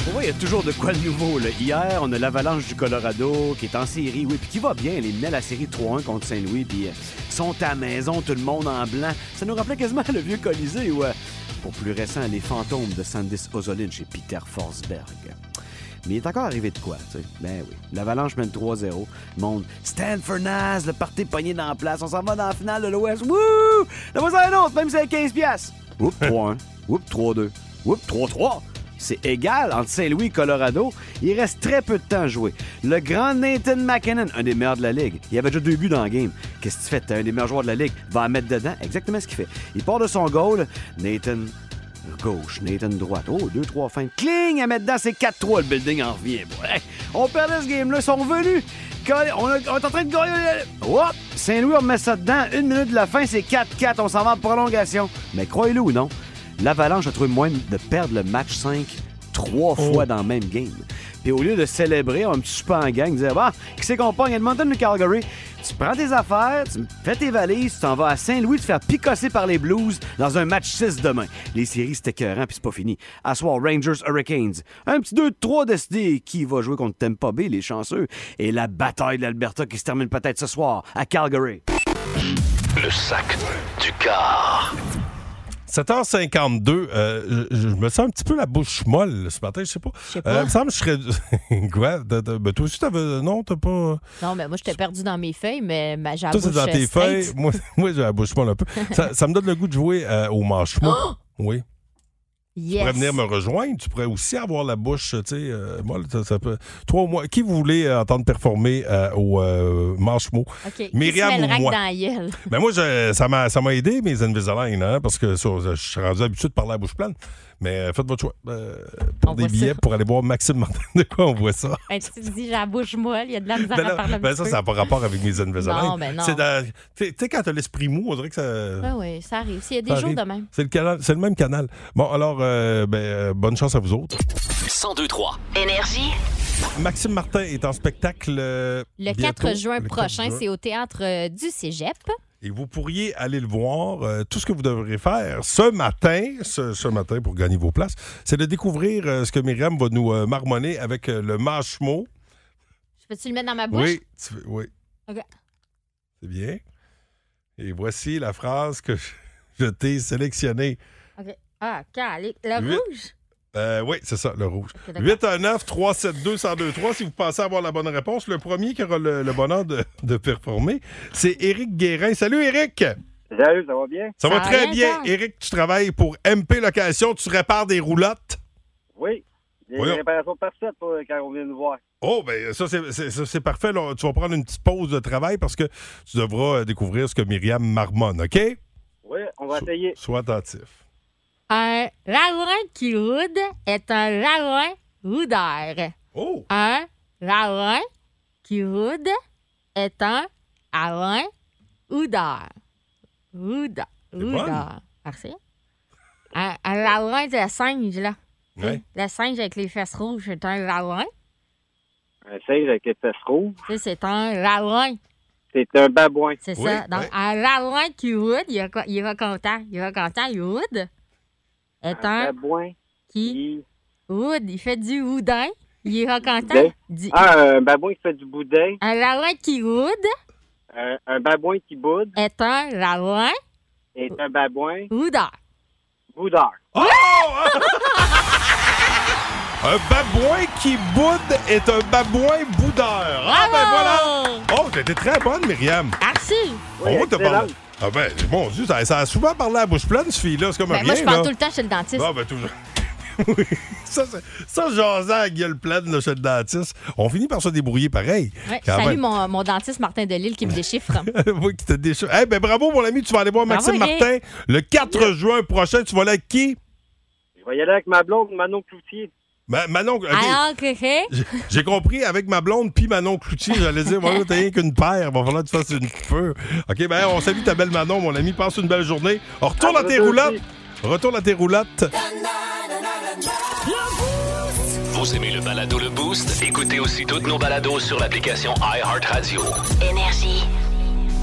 [SPEAKER 12] Pour moi, il y a toujours de quoi de nouveau. là. Hier, on a l'Avalanche du Colorado qui est en série, oui, puis qui va bien. Elle est menée à la série 3-1 contre Saint-Louis, puis euh, ils sont à la maison, tout le monde en blanc. Ça nous rappelait quasiment le vieux Colisée ou, euh, pour plus récent, les fantômes de Sandis Ozolin chez Peter Forsberg. Mais il est encore arrivé de quoi, tu sais. Ben oui. L'Avalanche mène 3-0. Le monde, Stanford Nas, le parti pogné dans la place. On s'en va dans la finale de l'Ouest. Wouh! La voici un autre, même si c'est 15 piastres. (laughs) Oups, 3-1. Oups, 3-2. Oups, 3-3. C'est égal entre Saint-Louis et Colorado. Il reste très peu de temps à jouer. Le grand Nathan McKinnon, un des meilleurs de la Ligue, il avait déjà deux buts dans le game. Qu'est-ce que tu fais? T'as un des meilleurs joueurs de la Ligue. Va en mettre dedans. Exactement ce qu'il fait. Il part de son goal. Nathan Gauche, Nathan droite. Oh, deux, trois feintes. Cling à mettre dedans, c'est 4-3. Le building en revient. boy. Hey, on perdait ce game-là, ils sont revenus. Colle- On, a- on est en train de gagner. Hop! Saint-Louis, on met ça dedans. Une minute de la fin, c'est 4-4. On s'en va en prolongation. Mais croyez-le ou non, l'Avalanche a trouvé moyen de perdre le match 5 trois fois dans le même game. Puis au lieu de célébrer, on me super en gang, disait Bah, qui c'est qu'on pogne Edmonton ou Calgary Tu prends tes affaires, tu fais tes valises, tu t'en vas à Saint-Louis te faire picosser par les Blues dans un match 6 demain. Les séries, c'était écœurant, puis c'est pas fini. À soir, Rangers Hurricanes. Un petit 2-3 décidé qui va jouer contre Tampa Bay, les chanceux. Et la bataille de l'Alberta qui se termine peut-être ce soir à Calgary.
[SPEAKER 2] Le sac du car.
[SPEAKER 3] 7h52, euh, je, je me sens un petit peu la bouche molle ce matin, je sais pas. Euh, il me semble que je serais. (laughs) Quoi? T'as- t'as- ben, toi aussi, t'avais. Non, t'as pas. euh,
[SPEAKER 5] Non, mais moi, j'étais perdu dans mes feuilles, mais ma j'ai la
[SPEAKER 3] Toi, c'est
[SPEAKER 5] bouche,
[SPEAKER 3] dans
[SPEAKER 5] euh,
[SPEAKER 3] tes
[SPEAKER 5] straight.
[SPEAKER 3] feuilles. (laughs) Moi, moi j'ai la bouche molle un peu. Ça, ça me donne le goût de jouer euh, au marche-moi. Oui. Tu pourrais
[SPEAKER 5] Yes.
[SPEAKER 3] venir me rejoindre. Tu pourrais aussi avoir la bouche, tu sais, euh, moi, ça, ça peut... Toi ou moi, qui vous voulez euh, entendre performer euh, au euh, Marshmallow?
[SPEAKER 5] OK.
[SPEAKER 3] Myriam ou
[SPEAKER 5] le
[SPEAKER 3] moi?
[SPEAKER 5] dans la (laughs) gueule.
[SPEAKER 3] Ben moi, je- ça m'a ça m'a aidé, mes Invisalign, hein, parce que sur- je suis rendu habitué de parler à bouche pleine. Mais euh, faites votre choix. Euh, pour des
[SPEAKER 5] voit ça.
[SPEAKER 3] billets, pour aller voir Maxime Martin, (laughs) de quoi on voit ça?
[SPEAKER 5] Ben, tu te dis, j'ai la bouche molle, il y a de la misère
[SPEAKER 3] Ben
[SPEAKER 5] à
[SPEAKER 3] là,
[SPEAKER 5] parler un
[SPEAKER 3] ben
[SPEAKER 5] petit
[SPEAKER 3] ça,
[SPEAKER 5] peu.
[SPEAKER 3] ça n'a pas rapport avec mes Invisalign.
[SPEAKER 5] Non, ben non.
[SPEAKER 3] C'est dans- Tu sais- tu sais, quand t'as l'esprit mou, on dirait que ça...
[SPEAKER 5] Ah oui, ça arrive. S'il y a des
[SPEAKER 3] ça
[SPEAKER 5] jours
[SPEAKER 3] arrive.
[SPEAKER 5] de même.
[SPEAKER 3] C'est le, canal- c'est le même canal. Bon, alors, euh, ben, euh, bonne chance à vous autres.
[SPEAKER 2] 1023.
[SPEAKER 11] Énergie.
[SPEAKER 3] Maxime Martin est en spectacle. euh,
[SPEAKER 5] Le
[SPEAKER 3] bientôt,
[SPEAKER 5] 4 juin
[SPEAKER 3] le 4
[SPEAKER 5] prochain,
[SPEAKER 3] juin.
[SPEAKER 5] c'est au théâtre euh, du Cégep.
[SPEAKER 3] Et vous pourriez aller le voir. Euh, tout ce que vous devrez faire ce matin, ce, ce matin pour gagner vos places, c'est de découvrir euh, ce que Myriam va nous euh, marmonner avec euh, le mâchemot.
[SPEAKER 5] Je peux-tu le mettre dans ma bouche?
[SPEAKER 3] Oui, tu fais- oui,
[SPEAKER 5] OK.
[SPEAKER 3] c'est bien. Et voici la phrase que (laughs) je, je t'ai sélectionnée.
[SPEAKER 5] OK. Ah, calé. Le
[SPEAKER 3] Huit.
[SPEAKER 5] rouge?
[SPEAKER 3] Euh, oui, c'est ça, le rouge.
[SPEAKER 5] Ok, d'accord.
[SPEAKER 3] 819 372 1023 si vous pensez avoir la bonne réponse. Le premier qui aura le, le bonheur de, de performer, c'est Éric Guérin. Salut, Éric!
[SPEAKER 13] Salut, ça va bien?
[SPEAKER 3] Ça, va très bien. Éric, tu travailles pour MP Location, tu répares des roulottes.
[SPEAKER 13] Oui. Des
[SPEAKER 3] Voyons.
[SPEAKER 13] réparations parfaites pour, quand on vient nous voir.
[SPEAKER 3] Oh, ben ça, c'est- c'est ça, c'est parfait. là. Tu vas prendre une petite pause de travail parce que tu devras euh, découvrir ce que Myriam marmonne, OK?
[SPEAKER 13] Oui, on va essayer.
[SPEAKER 3] Sois attentif.
[SPEAKER 5] Un ravin qui roude est un ravin roudeur.
[SPEAKER 3] Oh!
[SPEAKER 5] Un ravin qui roude est un ravin roudeur. Roudeur. Roudeur. Merci. Un, un ravin de singe, là.
[SPEAKER 13] Ouais.
[SPEAKER 5] Le singe avec les fesses rouges, c'est un ravin.
[SPEAKER 13] Un singe avec les fesses rouges,
[SPEAKER 5] Tu sais, C'est un ravin.
[SPEAKER 13] c'est un babouin.
[SPEAKER 5] C'est ça. Donc, un ravin qui roude, il, va co- il va content. Il va content, il roude. Est un.
[SPEAKER 13] babouin
[SPEAKER 5] qui roude. Il fait du houdin. Il va content.
[SPEAKER 13] Boudin. Ah, un babouin qui fait du boudin,
[SPEAKER 5] Un ravin qui roude
[SPEAKER 13] un, un babouin qui boude,
[SPEAKER 5] est un ravin
[SPEAKER 13] et un babouin
[SPEAKER 5] roudeur.
[SPEAKER 13] boudeur.
[SPEAKER 3] Un babouin qui boude est un babouin boudeur. Ah, ben voilà! Oh, t'étais très bonne, Myriam.
[SPEAKER 5] Merci.
[SPEAKER 3] oh, t'as parlé. Ah, ben, mon Dieu, ça, ça a souvent parlé à bouche pleine, ce fille-là. C'est comme
[SPEAKER 5] Ben,
[SPEAKER 3] un
[SPEAKER 5] moi,
[SPEAKER 3] rien,
[SPEAKER 5] je parle
[SPEAKER 3] là.
[SPEAKER 5] tout le temps chez le dentiste.
[SPEAKER 3] Ah, ben, toujours. (laughs) Oui. ça, c'est- ça, jasant à gueule pleine là, chez le dentiste, on finit par se débrouiller pareil.
[SPEAKER 5] Ouais,
[SPEAKER 3] ben, Quand
[SPEAKER 5] salut
[SPEAKER 3] même.
[SPEAKER 5] mon, mon dentiste Martin Delille
[SPEAKER 3] (laughs)
[SPEAKER 5] qui me déchiffre.
[SPEAKER 3] Moi qui te déche- Eh ben, bravo, mon ami, tu vas aller voir
[SPEAKER 5] Bravo,
[SPEAKER 3] Maxime
[SPEAKER 5] Eric.
[SPEAKER 3] Martin le 4 juin prochain. Tu vas aller avec qui?
[SPEAKER 13] Je vais y aller avec ma blonde, Manon Cloutier.
[SPEAKER 3] Ma- Manon. ok.
[SPEAKER 5] Alors que c'est
[SPEAKER 3] J'ai- (laughs) J'ai compris avec ma blonde puis Manon Cloutier, j'allais dire, voilà, t'as rien qu'une paire, va falloir que tu fasses une peu. OK, ben on salue ta belle Manon, mon ami, passe une belle journée. On retourne à tes roulottes. Retourne à tes roulottes.
[SPEAKER 2] Vous aimez le balado Le Boost? Écoutez aussi toutes nos balados sur l'application iHeartRadio.
[SPEAKER 11] Énergie.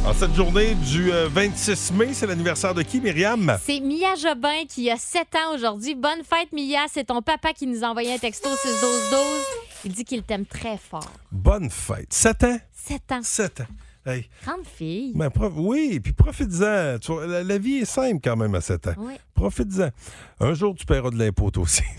[SPEAKER 3] En cette journée du euh, 26 mai, c'est l'anniversaire de qui, Myriam?
[SPEAKER 5] c'est Mia Jobin qui a 7 ans aujourd'hui. Bonne fête, Mia. C'est ton papa qui nous a envoyé un texto 6 12 12 Il dit qu'il t'aime très fort.
[SPEAKER 3] Bonne fête. 7 ans?
[SPEAKER 5] 7 ans.
[SPEAKER 3] 7 ans. Hey.
[SPEAKER 5] Grande fille.
[SPEAKER 3] Ben, prof- oui, puis profites-en. Tu vois, La, la vie est simple quand même à 7 ans.
[SPEAKER 5] Oui.
[SPEAKER 3] Profites-en. Un jour, tu paieras de l'impôt toi aussi. (laughs)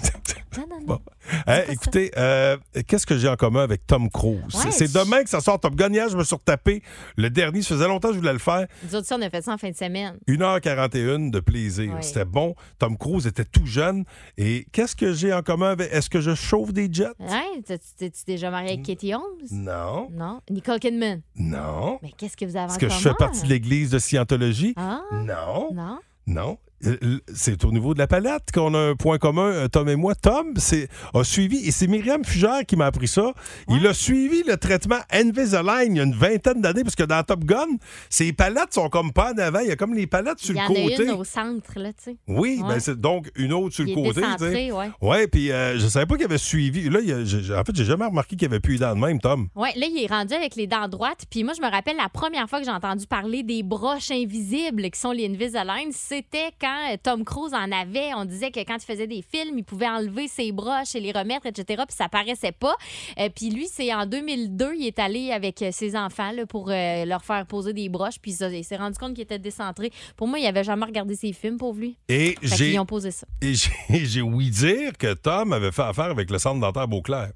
[SPEAKER 5] Non, non, non.
[SPEAKER 3] Bon. Hein, écoutez, euh, qu'est-ce que j'ai en commun avec Tom Cruise? C'est- c'est demain que ça sort Top Gun. Hier, je me suis retapé. Le dernier, ça faisait longtemps que je voulais le faire.
[SPEAKER 5] Nous autres, ça, on a fait ça en fin de semaine.
[SPEAKER 3] 1h41 de plaisir.
[SPEAKER 5] Oui.
[SPEAKER 3] C'était bon. Tom Cruise était tout jeune. Et qu'est-ce que j'ai en commun avec. Est-ce que je chauffe des jets?
[SPEAKER 5] Hein? T'as- tu- T'es-tu déjà marié avec Katie Holmes?
[SPEAKER 3] Non.
[SPEAKER 5] Non. Nicole Kidman?
[SPEAKER 3] Non.
[SPEAKER 5] Mais qu'est-ce que vous avez en
[SPEAKER 3] Est-ce que je fais
[SPEAKER 5] commun?
[SPEAKER 3] partie de Oh. l'Église de Scientologie?
[SPEAKER 5] Ah.
[SPEAKER 3] Non.
[SPEAKER 5] Non.
[SPEAKER 3] Non. Euh, l- C'est au niveau de la palette qu'on a un point commun, euh, Tom et moi. Tom c'est- a suivi, et c'est Myriam Fugère qui m'a appris ça. Il a suivi le traitement Invisalign il y a une vingtaine d'années, parce que dans Top Gun, ses palettes sont comme pas en avant. Il y a comme les palettes sur
[SPEAKER 5] Il y
[SPEAKER 3] le
[SPEAKER 5] en
[SPEAKER 3] côté.
[SPEAKER 5] a une au centre, là, tu sais.
[SPEAKER 3] Oui,
[SPEAKER 5] Ouais.
[SPEAKER 3] ben c'est donc une autre sur
[SPEAKER 5] Qui
[SPEAKER 3] le
[SPEAKER 5] est
[SPEAKER 3] côté.
[SPEAKER 5] décentrée,
[SPEAKER 3] tu sais.
[SPEAKER 5] ouais.
[SPEAKER 3] Ouais, puis euh, je savais pas qu'il avait suivi. Là, il a- j'ai- j'ai- en fait, j'ai jamais remarqué qu'il avait plus les dents de même, Tom.
[SPEAKER 5] Oui, là, il est rendu avec les dents droites. Puis moi, je me rappelle la première fois que j'ai entendu parler des broches invisibles qui sont les Invisalign, c'était quand euh, Tom Cruise en avait. On disait que quand il faisait des films, il pouvait enlever ses broches et les remettre, etc. Puis ça paraissait pas. Euh, puis lui, c'est en 2002, il est allé avec euh, ses enfants là, pour euh, leur faire poser des broches. Puis ça, il s'est rendu compte qu'il était décentré. Pour moi, il avait jamais regardé ses films, pauvre lui.
[SPEAKER 3] Et
[SPEAKER 5] Fait
[SPEAKER 3] j'ai (laughs)
[SPEAKER 5] qu'ils ont posé ça.
[SPEAKER 3] Et j'ai j'ai ouï dire que Tom avait fait affaire avec le centre dentaire Beauclair.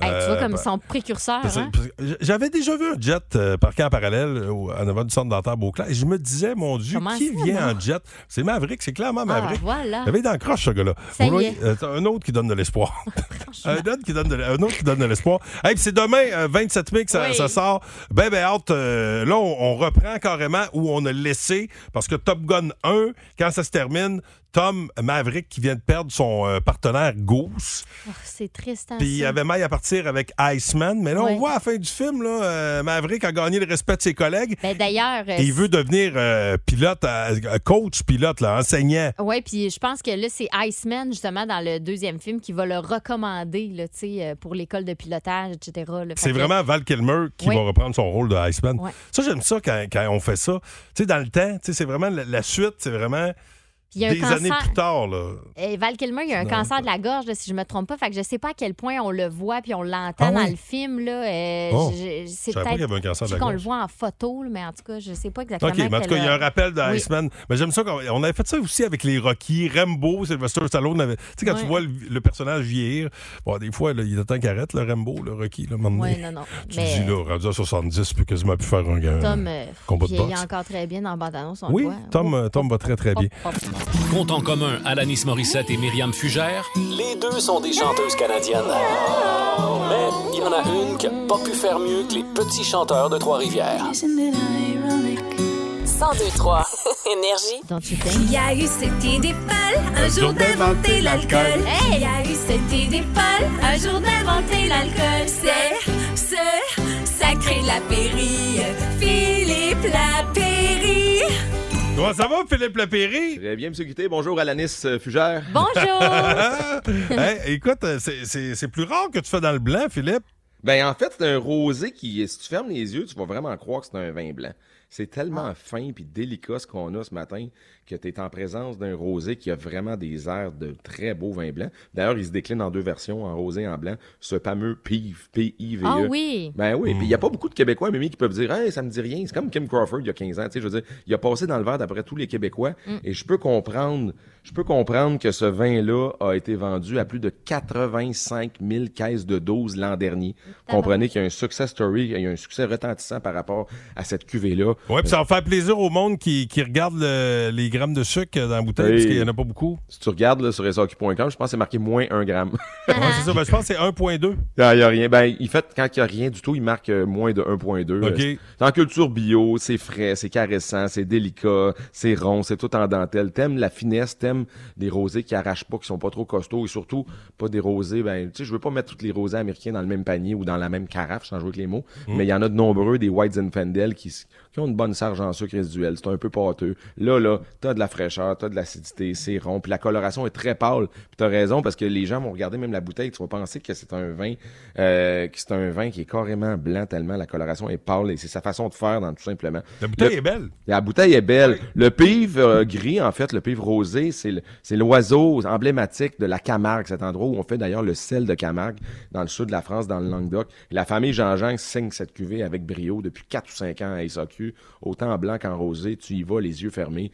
[SPEAKER 5] Hey, tu vois,
[SPEAKER 3] Euh,
[SPEAKER 5] comme
[SPEAKER 3] bah,
[SPEAKER 5] ils sont précurseurs.
[SPEAKER 3] Parce que-
[SPEAKER 5] hein?
[SPEAKER 3] parce que J'avais déjà vu un jet euh, parqué en parallèle euh, au- en avant du centre dentaire Beauclerc. Et je me disais, mon Dieu,
[SPEAKER 5] Comment
[SPEAKER 3] qui
[SPEAKER 5] ça,
[SPEAKER 3] vient
[SPEAKER 5] non?
[SPEAKER 3] en jet? C'est Maverick, c'est clairement
[SPEAKER 5] Ah,
[SPEAKER 3] Maverick.
[SPEAKER 5] voilà.
[SPEAKER 3] Il avait dans le croche, ce gars-là.
[SPEAKER 5] Ça
[SPEAKER 3] Vous
[SPEAKER 5] y
[SPEAKER 3] voyez,
[SPEAKER 5] est.
[SPEAKER 3] euh, t'as un autre qui donne
[SPEAKER 5] (laughs)
[SPEAKER 3] de l'espoir. un, autre qui donne de, un autre qui donne de l'espoir. Hey, puis c'est demain, euh, 27 mai, que ça,
[SPEAKER 5] Oui.
[SPEAKER 3] ça sort. Ben, ben, hâte. euh, là, on, on reprend carrément où on a laissé. Parce que Top Gun 1, quand ça se termine, Tom Maverick qui vient de perdre son euh, partenaire Goose.
[SPEAKER 5] Oh, c'est triste. hein,
[SPEAKER 3] Puis il
[SPEAKER 5] ça.
[SPEAKER 3] avait maille à partir avec Iceman. Mais là,
[SPEAKER 5] Ouais.
[SPEAKER 3] on voit à la fin du film, là, euh, Maverick a gagné le respect de ses collègues.
[SPEAKER 5] Ben, D'ailleurs. euh,
[SPEAKER 3] Et il veut devenir euh, pilote, euh, coach pilote, là, enseignant.
[SPEAKER 5] Oui, puis je pense que là, c'est Iceman, justement, dans le deuxième film, qui va le recommander là, tu sais, euh, pour l'école de pilotage, etc. là. Fait
[SPEAKER 3] C'est
[SPEAKER 5] que-
[SPEAKER 3] vraiment Val Kilmer qui
[SPEAKER 5] Oui.
[SPEAKER 3] va reprendre son rôle de Iceman.
[SPEAKER 5] Ouais.
[SPEAKER 3] Ça, j'aime ça quand, quand on fait ça. Tu sais, dans le temps, tu sais, c'est vraiment la, la suite, c'est vraiment
[SPEAKER 5] Puis il y a un
[SPEAKER 3] des années
[SPEAKER 5] cancer.
[SPEAKER 3] plus tard. Là.
[SPEAKER 5] Et Val Kilmer, il a un
[SPEAKER 3] Non,
[SPEAKER 5] cancer de la gorge, là, si je me trompe pas. Fait que je sais pas à quel point on le voit puis on l'entend
[SPEAKER 3] Ah
[SPEAKER 5] dans
[SPEAKER 3] oui?
[SPEAKER 5] le film. Là, euh,
[SPEAKER 3] Oh,
[SPEAKER 5] je- je-
[SPEAKER 3] je savais pas qu'il y avait un cancer de
[SPEAKER 5] je sais
[SPEAKER 3] la
[SPEAKER 5] qu'on
[SPEAKER 3] gorge.
[SPEAKER 5] le voit en photo, là, mais en tout cas, je sais pas exactement.
[SPEAKER 3] OK, mais en tout
[SPEAKER 5] quel,
[SPEAKER 3] cas, il y a
[SPEAKER 5] euh,
[SPEAKER 3] un rappel de
[SPEAKER 5] oui.
[SPEAKER 3] Iceman. Mais j'aime ça. qu'on- On avait fait ça aussi avec les Rocky, Rambo, Sylvester Stallone. avait- Tu sais, quand
[SPEAKER 5] Ouais.
[SPEAKER 3] tu vois le, le personnage vieillir, bon, des fois, là, il est temps qu'il arrête, le Rambo, le Rocky, le moment
[SPEAKER 5] Ouais,
[SPEAKER 3] donné.
[SPEAKER 5] non, non.
[SPEAKER 3] Tu
[SPEAKER 5] Mais
[SPEAKER 3] te dis, là, rendu à 70, puis quasiment plus faire un, un
[SPEAKER 5] Tom, euh,
[SPEAKER 3] combat de
[SPEAKER 5] puis il est
[SPEAKER 3] boxe.
[SPEAKER 5] encore très bien dans la bande-annonce. on le
[SPEAKER 3] Oui,
[SPEAKER 5] voit.
[SPEAKER 3] Tom, euh, Tom va très, très bien.
[SPEAKER 2] Compte en commun Alanis Morissette et Myriam Fugère. Les deux sont des chanteuses canadiennes. Mais il y en a une qui n'a pas pu faire mieux que les petits chanteurs de Trois-Rivières.
[SPEAKER 14] 102-3. Énergie. Il y a eu cette idée folle, un jour d'inventer l'alcool. Il y a eu cette idée folle, un jour d'inventer l'alcool. C'est ce sacré Lapéry, Philippe Lapéry.
[SPEAKER 3] Comment ça va, Philippe Lapéry?
[SPEAKER 15] Très bien, M. Guité. Bonjour, Alanis euh, Fugère. (laughs)
[SPEAKER 3] (laughs) Hey, écoute, euh, c'est- c'est c'est plus rare que tu fais dans le blanc, Philippe.
[SPEAKER 15] Ben, en fait, c'est un rosé qui, si tu fermes les yeux, tu vas vraiment croire que c'est un vin blanc. C'est
[SPEAKER 5] Ah.
[SPEAKER 15] tellement fin puis délicat ce qu'on a ce matin que tu es en présence d'un rosé qui a vraiment des airs de très beau vin blanc. D'ailleurs, il se décline en deux versions, en rosé et en blanc. Ce fameux PIV, P-I-V-E.
[SPEAKER 5] Ah oui.
[SPEAKER 15] Ben oui, puis il n'y
[SPEAKER 3] Hmm.
[SPEAKER 15] a pas beaucoup de Québécois, Mimi, qui peuvent dire Hey, ça me dit rien. C'est comme Kim Crawford il y a 15 ans. Tu sais, je veux dire, il a passé dans le verre d'après tous les Québécois.
[SPEAKER 5] Hmm.
[SPEAKER 16] Mm.
[SPEAKER 15] Et je peux comprendre, je peux comprendre que ce vin-là a été vendu à plus de 85 000 caisses de doses l'an dernier. Comprenez qu'il y a un success story, il y a un succès retentissant par rapport à cette cuvée-là.
[SPEAKER 3] Oui, puis ça va faire plaisir au monde qui, qui regarde le- les grammes de sucre dans la bouteille,
[SPEAKER 15] Oui.
[SPEAKER 3] parce qu'il n'y en a pas beaucoup.
[SPEAKER 15] Euh, Si tu regardes là, sur SAQ.com, je pense que c'est marqué moins 1 gramme.
[SPEAKER 3] Ouais, c'est ça. Ben, je pense que c'est 1,2.
[SPEAKER 15] Ah, Il y a rien. Ben, il fait, quand il n'y a rien du tout, il marque euh, moins de 1.2.
[SPEAKER 3] OK.
[SPEAKER 15] Euh, c'est- C'est en culture bio, c'est frais, c'est caressant, c'est délicat, c'est rond, c'est tout en dentelle. T'aimes la finesse, t'aimes des rosés qui arrachent pas, qui sont pas trop costauds et surtout pas des rosés. Ben, tu sais, je veux pas mettre toutes les rosés américains dans le même panier ou dans la même carafe, sans jouer avec les mots, mais il y en a de nombreux, des Whites and Fendel, qui, s- qui ont une bonne sarge en sucre résiduel. C'est un peu pâteux. Là, là, t'as de la fraîcheur, t'as de l'acidité, c'est rond, puis la coloration est très pâle. Puis t'as raison, parce que les gens vont regarder même la bouteille, tu vas penser que c'est un vin, euh, que c'est un vin qui est carrément blanc tellement la coloration est pâle et c'est sa façon de faire, dans tout simplement.
[SPEAKER 3] La bouteille
[SPEAKER 15] Le-
[SPEAKER 3] est belle.
[SPEAKER 15] La bouteille est belle. Le pive euh, gris, en fait, le pive rosé, c'est le- c'est l'oiseau emblématique de la Camargue, cet endroit où on fait d'ailleurs le sel de Camargue, dans le sud de la France, dans le Languedoc. La famille Jean-Jean signe cette cuvée avec brio depuis 4 ou 5 ans à SAQ. Autant en blanc qu'en rosé, tu y vas les yeux fermés.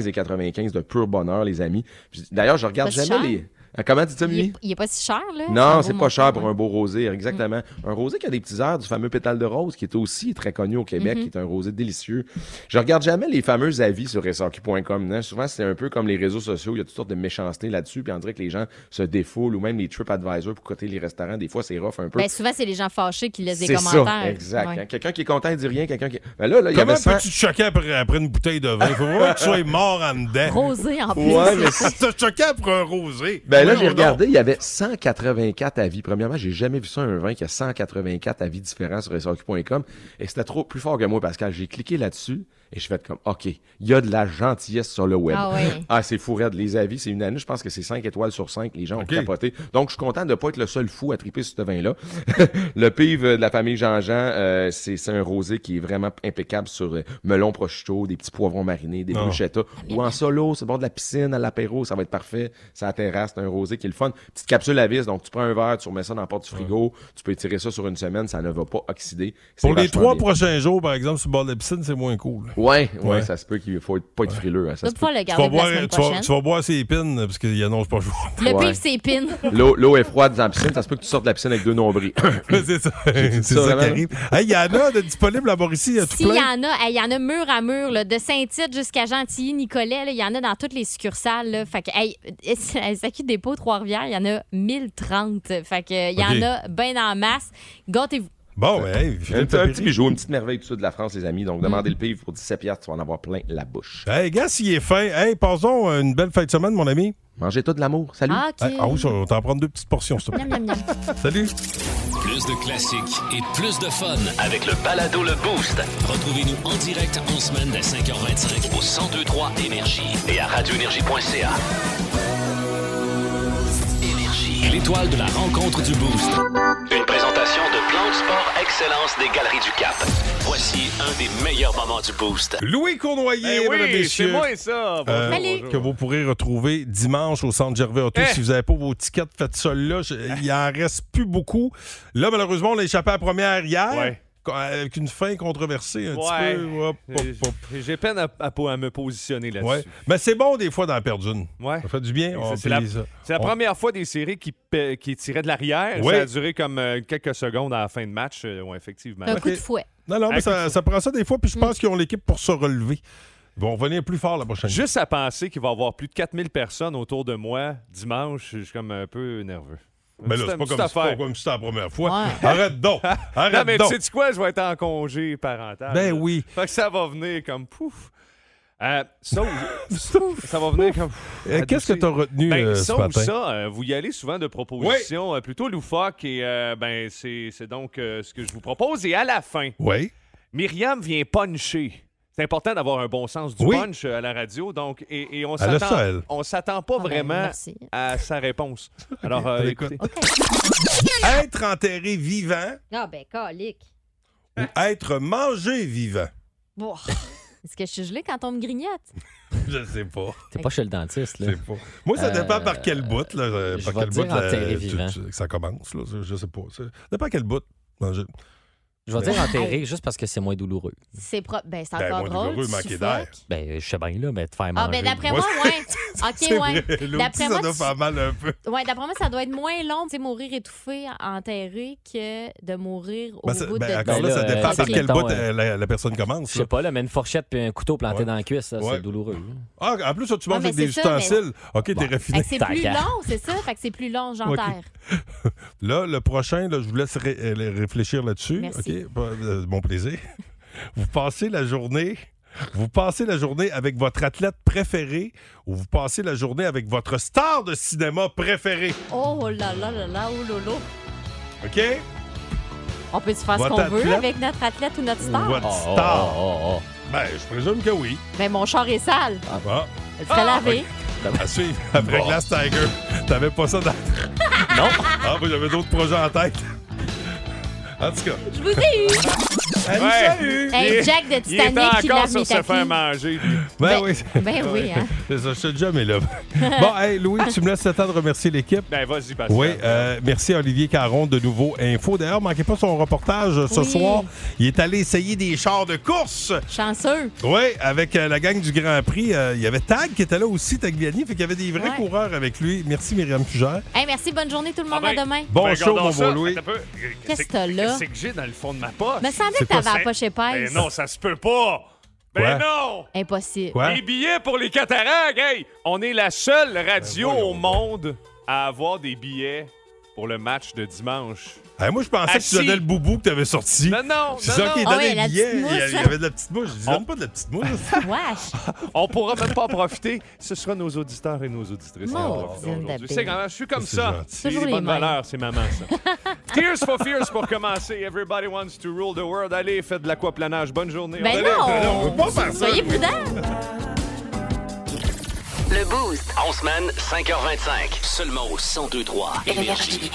[SPEAKER 15] 16,95 de pur bonheur, les amis. Puis, D'ailleurs, je regarde
[SPEAKER 5] Pas si
[SPEAKER 15] jamais
[SPEAKER 5] cher.
[SPEAKER 15] les... Ah, Comment dis-tu,
[SPEAKER 5] Il
[SPEAKER 15] Mimi?
[SPEAKER 5] est, il est pas si cher, là. un
[SPEAKER 15] Non,
[SPEAKER 5] beau
[SPEAKER 15] c'est
[SPEAKER 5] montant,
[SPEAKER 15] pas cher pour
[SPEAKER 5] ouais. Mm.
[SPEAKER 15] un beau rosé, exactement. Un rosé qui a des petits airs du fameux pétale de rose, qui est aussi très connu au Québec,
[SPEAKER 5] Mhm.
[SPEAKER 15] qui est un rosé délicieux. Je regarde jamais les fameux avis sur SRQ.com. hein. Souvent, c'est un peu comme les réseaux sociaux, il y a toutes sortes de méchanceté là-dessus, puis on dirait que les gens se défoulent, ou même les TripAdvisor pour côté les restaurants, des fois, c'est rough un peu.
[SPEAKER 5] Ben, souvent, c'est les gens fâchés qui laissent des
[SPEAKER 15] c'est
[SPEAKER 5] commentaires.
[SPEAKER 15] ça, exact.
[SPEAKER 5] Ouais.
[SPEAKER 15] hein. Quelqu'un qui est content, il dit rien. Quelqu'un qui... Ben là, là, il y
[SPEAKER 3] Comment
[SPEAKER 15] avait 100
[SPEAKER 3] peux-tu te choquer après, après une bouteille de vin? Faut vraiment que tu sois mort en dedans.
[SPEAKER 5] Rosé, en plus.
[SPEAKER 15] Ouais, mais c'est-
[SPEAKER 3] Te choquer après un rosé.
[SPEAKER 15] Ben là,
[SPEAKER 3] Voyons
[SPEAKER 15] j'ai
[SPEAKER 3] donc.
[SPEAKER 15] regardé, il y avait 184 avis. Premièrement, j'ai jamais vu ça, un vin qui a 184 avis différents sur SRQ.com. Et c'était trop plus fort que moi, Pascal. J'ai cliqué là-dessus et je fait comme, OK, il y a de la gentillesse sur le web.
[SPEAKER 16] Ah ouais.
[SPEAKER 15] Ah, c'est fou, raide. Les avis, c'est une année. Je pense que c'est 5 étoiles sur 5. Les gens ont capoté. Donc, je suis content de ne pas être le seul fou à triper sur ce vin-là. (laughs) le pive de la famille Jean-Jean, euh, c'est c'est un rosé qui est vraiment impeccable sur euh, melon prosciutto, des petits poivrons marinés, des
[SPEAKER 16] Ah.
[SPEAKER 15] bruschettas. Ou en solo, c'est le bord de la piscine, à l'apéro, ça va être parfait. Ça terrasse, c'est un rosé qui est le fun. Petite capsule à vis, donc tu prends un verre, tu remets ça dans la porte du frigo, tu peux étirer ça sur une semaine, ça ne va pas oxyder. C'est
[SPEAKER 3] Pour les
[SPEAKER 15] vachement
[SPEAKER 3] trois
[SPEAKER 15] bien.
[SPEAKER 3] prochains jours, par exemple, sur le bord de la piscine, c'est moins cool. (laughs)
[SPEAKER 15] Ouais, ouais,
[SPEAKER 3] Ouais.
[SPEAKER 15] ça se peut qu'il faut être- pas être frileux. hein,
[SPEAKER 5] Tu
[SPEAKER 15] ça
[SPEAKER 5] vas
[SPEAKER 15] se
[SPEAKER 5] pouvoir
[SPEAKER 15] peut.
[SPEAKER 5] le garder pour la semaine
[SPEAKER 3] tu, vas,
[SPEAKER 5] prochaine.
[SPEAKER 3] tu vas boire ses épines parce qu'il annonce pas le jour.
[SPEAKER 5] Le
[SPEAKER 15] Ouais.
[SPEAKER 5] pif, c'est épine.
[SPEAKER 15] L'eau l'eau est froide dans la piscine, ça se peut que tu sortes de la piscine avec deux nombrils.
[SPEAKER 3] c'est
[SPEAKER 15] (laughs)
[SPEAKER 3] ça, c'est ça,
[SPEAKER 15] vraiment,
[SPEAKER 3] qui
[SPEAKER 15] là?
[SPEAKER 3] arrive. Hey, Yana, de disponible à Mauricie, il y a tout
[SPEAKER 5] S'il y
[SPEAKER 3] plein.
[SPEAKER 5] en a, hey, il y en a mur à mur, là, de Saint-Tite jusqu'à Gentilly, Nicolet, là, il y en a dans toutes les succursales. là. Fait que, hey, (laughs) à Saki Dépôt, Trois-Rivières, il y en a 1030. Fait que, il y
[SPEAKER 15] Ok.
[SPEAKER 5] en a bien en masse. Gâtez-vous.
[SPEAKER 3] (coughs) Bon, ben, hey,
[SPEAKER 15] un,
[SPEAKER 3] Philippe
[SPEAKER 15] un
[SPEAKER 3] Lapéry.
[SPEAKER 15] petit bijou, une petite merveille du sud de la France, les amis. Donc,
[SPEAKER 5] Mm.
[SPEAKER 15] demandez le pif pour 17 piastres, tu vas en avoir plein la bouche.
[SPEAKER 3] Hey, gars, s'il est fin, hey, passons euh, une belle fin de semaine, mon ami.
[SPEAKER 15] Mangez tout de l'amour. Salut.
[SPEAKER 5] Ah, ok.
[SPEAKER 3] Hey, ah oui, ça, on t'en prend deux petites portions, s'il te plaît.
[SPEAKER 5] Miam, miam, miam.
[SPEAKER 3] Salut.
[SPEAKER 2] Plus de classiques et plus de fun avec le balado Le Boost. Retrouvez-nous en direct en semaine dès 5h25 au 1023 Énergie et à radioénergie.ca. Énergie. L'étoile de la rencontre du Boost. Une présentation de Plan de Sport Excellence des Galeries du Cap. Voici un des meilleurs moments du Boost.
[SPEAKER 3] Louis Cournoyer,
[SPEAKER 2] Ben oui,
[SPEAKER 3] mesdames,
[SPEAKER 2] c'est
[SPEAKER 3] messieurs. Euh,
[SPEAKER 2] moi, ça. Bonjour, bonjour.
[SPEAKER 3] Que vous pourrez retrouver dimanche au Centre Gervais Auto.
[SPEAKER 2] Eh.
[SPEAKER 3] Si vous n'avez pas vos tickets, faites ça là. Je- Il en reste plus beaucoup. Là, malheureusement, on l'a échappé à la première hier.
[SPEAKER 16] Ouais.
[SPEAKER 3] co- Avec une fin controversée un
[SPEAKER 16] Ouais.
[SPEAKER 3] petit peu. Hop, hop, hop.
[SPEAKER 16] J'ai peine à, à- à me positionner là-dessus.
[SPEAKER 3] Ouais. Mais c'est bon des fois d'en perdre une.
[SPEAKER 16] Ouais.
[SPEAKER 3] Ça fait du bien.
[SPEAKER 16] Ça,
[SPEAKER 3] on
[SPEAKER 16] C'est la,
[SPEAKER 3] puis ça-
[SPEAKER 16] c'est la
[SPEAKER 3] on-
[SPEAKER 16] première fois des séries qui, pa- qui tiraient de l'arrière.
[SPEAKER 3] Ouais.
[SPEAKER 16] Ça a duré comme euh, quelques secondes à la fin de match. euh, ouais, effectivement.
[SPEAKER 5] Un coup de fouet. Mm.
[SPEAKER 3] Non, non, mais
[SPEAKER 16] Un coup de
[SPEAKER 3] ça, ça prend ça des fois, puis je pense qu'ils ont l'équipe pour se relever. Ils vont revenir plus fort la prochaine
[SPEAKER 16] Juste à penser qu'il va y avoir plus de 4000 personnes autour de moi dimanche, je suis comme un peu nerveux.
[SPEAKER 3] Mais Ben là,
[SPEAKER 16] Une
[SPEAKER 3] c'est pas
[SPEAKER 16] petite
[SPEAKER 3] comme, c'est pas
[SPEAKER 16] affaire.
[SPEAKER 3] comme si c'était la première fois.
[SPEAKER 16] Ouais.
[SPEAKER 3] Arrête donc! Arrête
[SPEAKER 16] (laughs) non, mais
[SPEAKER 3] donc!
[SPEAKER 16] tu sais quoi, je vais être en congé parental.
[SPEAKER 3] Ben
[SPEAKER 16] là.
[SPEAKER 3] oui.
[SPEAKER 16] Fait que ça va venir comme pouf. Euh, sauf- ça va venir comme.
[SPEAKER 3] Euh, Qu'est-ce que tu as retenu
[SPEAKER 16] Ben,
[SPEAKER 3] euh, ce
[SPEAKER 16] sauf
[SPEAKER 3] matin?
[SPEAKER 16] ça, euh, vous y allez souvent de propositions euh, plutôt loufoques et euh, ben, c'est c'est donc euh, ce que je vous propose. Et à la fin,
[SPEAKER 3] Oui.
[SPEAKER 16] Myriam vient puncher. C'est important d'avoir un bon sens du
[SPEAKER 3] Oui.
[SPEAKER 16] punch euh, à la radio. Donc, et, et on
[SPEAKER 3] Elle a
[SPEAKER 16] s'attend-
[SPEAKER 3] ça, elle.
[SPEAKER 16] on s'attend pas vraiment
[SPEAKER 5] Ah ben, merci.
[SPEAKER 16] à sa
[SPEAKER 3] (laughs)
[SPEAKER 16] réponse. Alors, euh,
[SPEAKER 3] Elle écoute.
[SPEAKER 16] écoutez.
[SPEAKER 3] Être enterré vivant
[SPEAKER 5] Ah, ben, calique.
[SPEAKER 3] ou être mangé vivant? (laughs)
[SPEAKER 5] Bon. Est-ce que je suis gelée quand on me grignote?
[SPEAKER 3] Je sais pas.
[SPEAKER 4] T'es pas chez le dentiste, là.
[SPEAKER 3] Moi, ça
[SPEAKER 4] Euh,
[SPEAKER 3] dépend par quel bout, là, euh,
[SPEAKER 4] je
[SPEAKER 3] par
[SPEAKER 4] vais
[SPEAKER 3] quel
[SPEAKER 4] dire
[SPEAKER 3] bout là,
[SPEAKER 4] enterré
[SPEAKER 3] tu-
[SPEAKER 4] vivant.
[SPEAKER 3] tu- que ça commence. Là, je- je sais pas. Ça dépend quel bout. Manger.
[SPEAKER 4] Je vais dire
[SPEAKER 3] Ben,
[SPEAKER 4] enterré juste parce que c'est moins douloureux.
[SPEAKER 5] C'est propre. Ben, c'est
[SPEAKER 4] Ben,
[SPEAKER 5] encore
[SPEAKER 4] moins
[SPEAKER 5] drôle.
[SPEAKER 4] douloureux,
[SPEAKER 5] tu
[SPEAKER 4] manquer
[SPEAKER 5] suffoques.
[SPEAKER 4] d'air. Ben, je sais bien, là, mais te faire
[SPEAKER 5] Ah,
[SPEAKER 4] manger.
[SPEAKER 5] ben, d'après moi, ouais.
[SPEAKER 3] (laughs)
[SPEAKER 5] OK,
[SPEAKER 3] C'est
[SPEAKER 5] ouais.
[SPEAKER 3] vrai, l'autre,
[SPEAKER 5] D'après
[SPEAKER 3] ça
[SPEAKER 5] moi,
[SPEAKER 3] doit
[SPEAKER 5] tu-
[SPEAKER 3] faire mal un peu.
[SPEAKER 5] Ouais, d'après moi, ça doit être moins long de mourir étouffé, enterré, que de mourir au
[SPEAKER 3] Ben, ça-
[SPEAKER 5] bout
[SPEAKER 3] ben,
[SPEAKER 5] de...
[SPEAKER 3] encore
[SPEAKER 4] Ben
[SPEAKER 3] là, ça
[SPEAKER 4] là,
[SPEAKER 3] dépend
[SPEAKER 4] euh,
[SPEAKER 3] par
[SPEAKER 4] c'est
[SPEAKER 3] quel
[SPEAKER 4] mettons,
[SPEAKER 3] bout
[SPEAKER 4] euh,
[SPEAKER 3] euh, la, la personne commence.
[SPEAKER 4] Je
[SPEAKER 3] là.
[SPEAKER 4] sais pas, là, mais une fourchette puis un couteau planté dans la cuisse, ça,
[SPEAKER 3] Ouais.
[SPEAKER 4] c'est douloureux. là.
[SPEAKER 3] Ah, en plus, toi, tu manges
[SPEAKER 5] Ouais,
[SPEAKER 3] avec
[SPEAKER 5] mais
[SPEAKER 3] des
[SPEAKER 5] c'est ça,
[SPEAKER 3] ustensiles. OK, t'es
[SPEAKER 5] Fait
[SPEAKER 3] raffiné.
[SPEAKER 5] que c'est plus long, c'est ça? Fait que c'est plus long, j'enterre.
[SPEAKER 3] Là, le prochain, là, je vous laisse ré- euh, réfléchir là-dessus.
[SPEAKER 5] Merci.
[SPEAKER 3] OK? Bah, euh, Mon plaisir. (laughs) vous passez la journée. Vous passez la journée avec votre athlète préféré ou vous passez la journée avec votre star de cinéma préféré.
[SPEAKER 5] Oh là là là là, oh lolo.
[SPEAKER 3] OK?
[SPEAKER 5] On peut se faire ce
[SPEAKER 3] Votre
[SPEAKER 5] qu'on veut
[SPEAKER 3] athlète?
[SPEAKER 5] avec notre athlète ou notre star?
[SPEAKER 3] Votre
[SPEAKER 4] Oh,
[SPEAKER 3] star. Ben, je présume que oui.
[SPEAKER 5] Ben, mon char est sale.
[SPEAKER 3] Ah.
[SPEAKER 5] Elle ferait laver.
[SPEAKER 3] oui. À suivre après
[SPEAKER 2] Bon.
[SPEAKER 3] Glass Tiger. T'avais pas ça dans. non. Ah, moi, j'avais d'autres projets en tête. En tout cas.
[SPEAKER 5] Je vous ai eu.
[SPEAKER 3] Elle nous
[SPEAKER 16] Ouais.
[SPEAKER 3] salue.
[SPEAKER 5] Hey,
[SPEAKER 16] Il-
[SPEAKER 5] Jack de
[SPEAKER 16] Il est
[SPEAKER 5] Titanic qui
[SPEAKER 16] encore
[SPEAKER 5] lave
[SPEAKER 16] sur
[SPEAKER 5] mes
[SPEAKER 16] se faire
[SPEAKER 5] tapis.
[SPEAKER 16] manger. lui.
[SPEAKER 3] Ben, oui.
[SPEAKER 5] (laughs) ben oui, hein.
[SPEAKER 3] (laughs) C'est ça, je suis
[SPEAKER 5] (laughs)
[SPEAKER 3] jamais là. bon, hey, Louis, tu me laisses le temps de remercier l'équipe.
[SPEAKER 16] Ben, vas-y, Pascal.
[SPEAKER 3] Oui, euh, merci à Olivier Caron de nouveau Info. D'ailleurs, manquez pas son reportage euh, ce
[SPEAKER 5] Oui.
[SPEAKER 3] soir. Il est allé essayer des chars de course.
[SPEAKER 5] Chanceux.
[SPEAKER 3] Oui, avec euh, la gang du Grand Prix. euh, Il y avait Tag qui était là aussi, Tagliani. Fait qu'il y avait des vrais
[SPEAKER 5] Ouais.
[SPEAKER 3] coureurs avec lui. Merci, Myriam Fugère.
[SPEAKER 5] Hey, merci, bonne journée tout le monde, à demain.
[SPEAKER 3] Bon
[SPEAKER 16] Ben,
[SPEAKER 3] show,
[SPEAKER 16] gardons
[SPEAKER 3] mon
[SPEAKER 16] ça.
[SPEAKER 3] beau Louis.
[SPEAKER 16] Attends un peu.
[SPEAKER 5] Qu'est-ce que t'as là?
[SPEAKER 16] Qu'est-ce que j'ai dans le fond de ma poche?
[SPEAKER 5] Me semblait
[SPEAKER 3] C'est
[SPEAKER 5] que t'avais
[SPEAKER 3] quoi
[SPEAKER 5] la poche épaisse.
[SPEAKER 16] Ben non, ça se peut pas!
[SPEAKER 3] Quoi?
[SPEAKER 16] Ben non!
[SPEAKER 5] Impossible.
[SPEAKER 16] Les billets pour les cataractes, hey! On est la seule radio
[SPEAKER 3] Ben,
[SPEAKER 16] au monde à avoir des billets pour le match de dimanche.
[SPEAKER 3] Hey, moi, je pensais que tu
[SPEAKER 16] Assis.
[SPEAKER 3] donnais le boubou que t'avais sorti.
[SPEAKER 16] Non, non,
[SPEAKER 3] C'est
[SPEAKER 16] non,
[SPEAKER 3] ça
[SPEAKER 16] non.
[SPEAKER 5] Oh,
[SPEAKER 3] qui
[SPEAKER 16] Ah
[SPEAKER 3] donnait
[SPEAKER 16] ouais,
[SPEAKER 3] le
[SPEAKER 16] la
[SPEAKER 3] billet.
[SPEAKER 16] petite
[SPEAKER 3] Il y
[SPEAKER 16] mousse.
[SPEAKER 3] a- il y avait de la petite mouche. Je dis, donne pas de la petite mouche.
[SPEAKER 5] Ah, Wesh.
[SPEAKER 16] (laughs) On pourra même pas en profiter. Ce sera nos auditeurs et nos auditrices qui en
[SPEAKER 5] Maudine
[SPEAKER 16] profiteront aujourd'hui.
[SPEAKER 5] d'abîme.
[SPEAKER 16] C'est grand, je suis comme
[SPEAKER 3] C'est
[SPEAKER 16] ça.
[SPEAKER 3] gentil.
[SPEAKER 16] C'est
[SPEAKER 5] Toujours
[SPEAKER 16] les
[SPEAKER 5] les
[SPEAKER 16] bonnes
[SPEAKER 5] mêmes.
[SPEAKER 16] valeurs, c'est maman, ça. Tears for Fears pour commencer. Everybody wants to rule the world. Allez, faites de l'aquaplanage. Bonne journée.
[SPEAKER 5] Ben
[SPEAKER 16] On
[SPEAKER 5] non. Ben
[SPEAKER 16] relève.
[SPEAKER 3] on peut pas faire ça.
[SPEAKER 5] Soyez prudents.
[SPEAKER 2] Le Boost. En semaine, 5h25. Seulement au 1023 Énergie.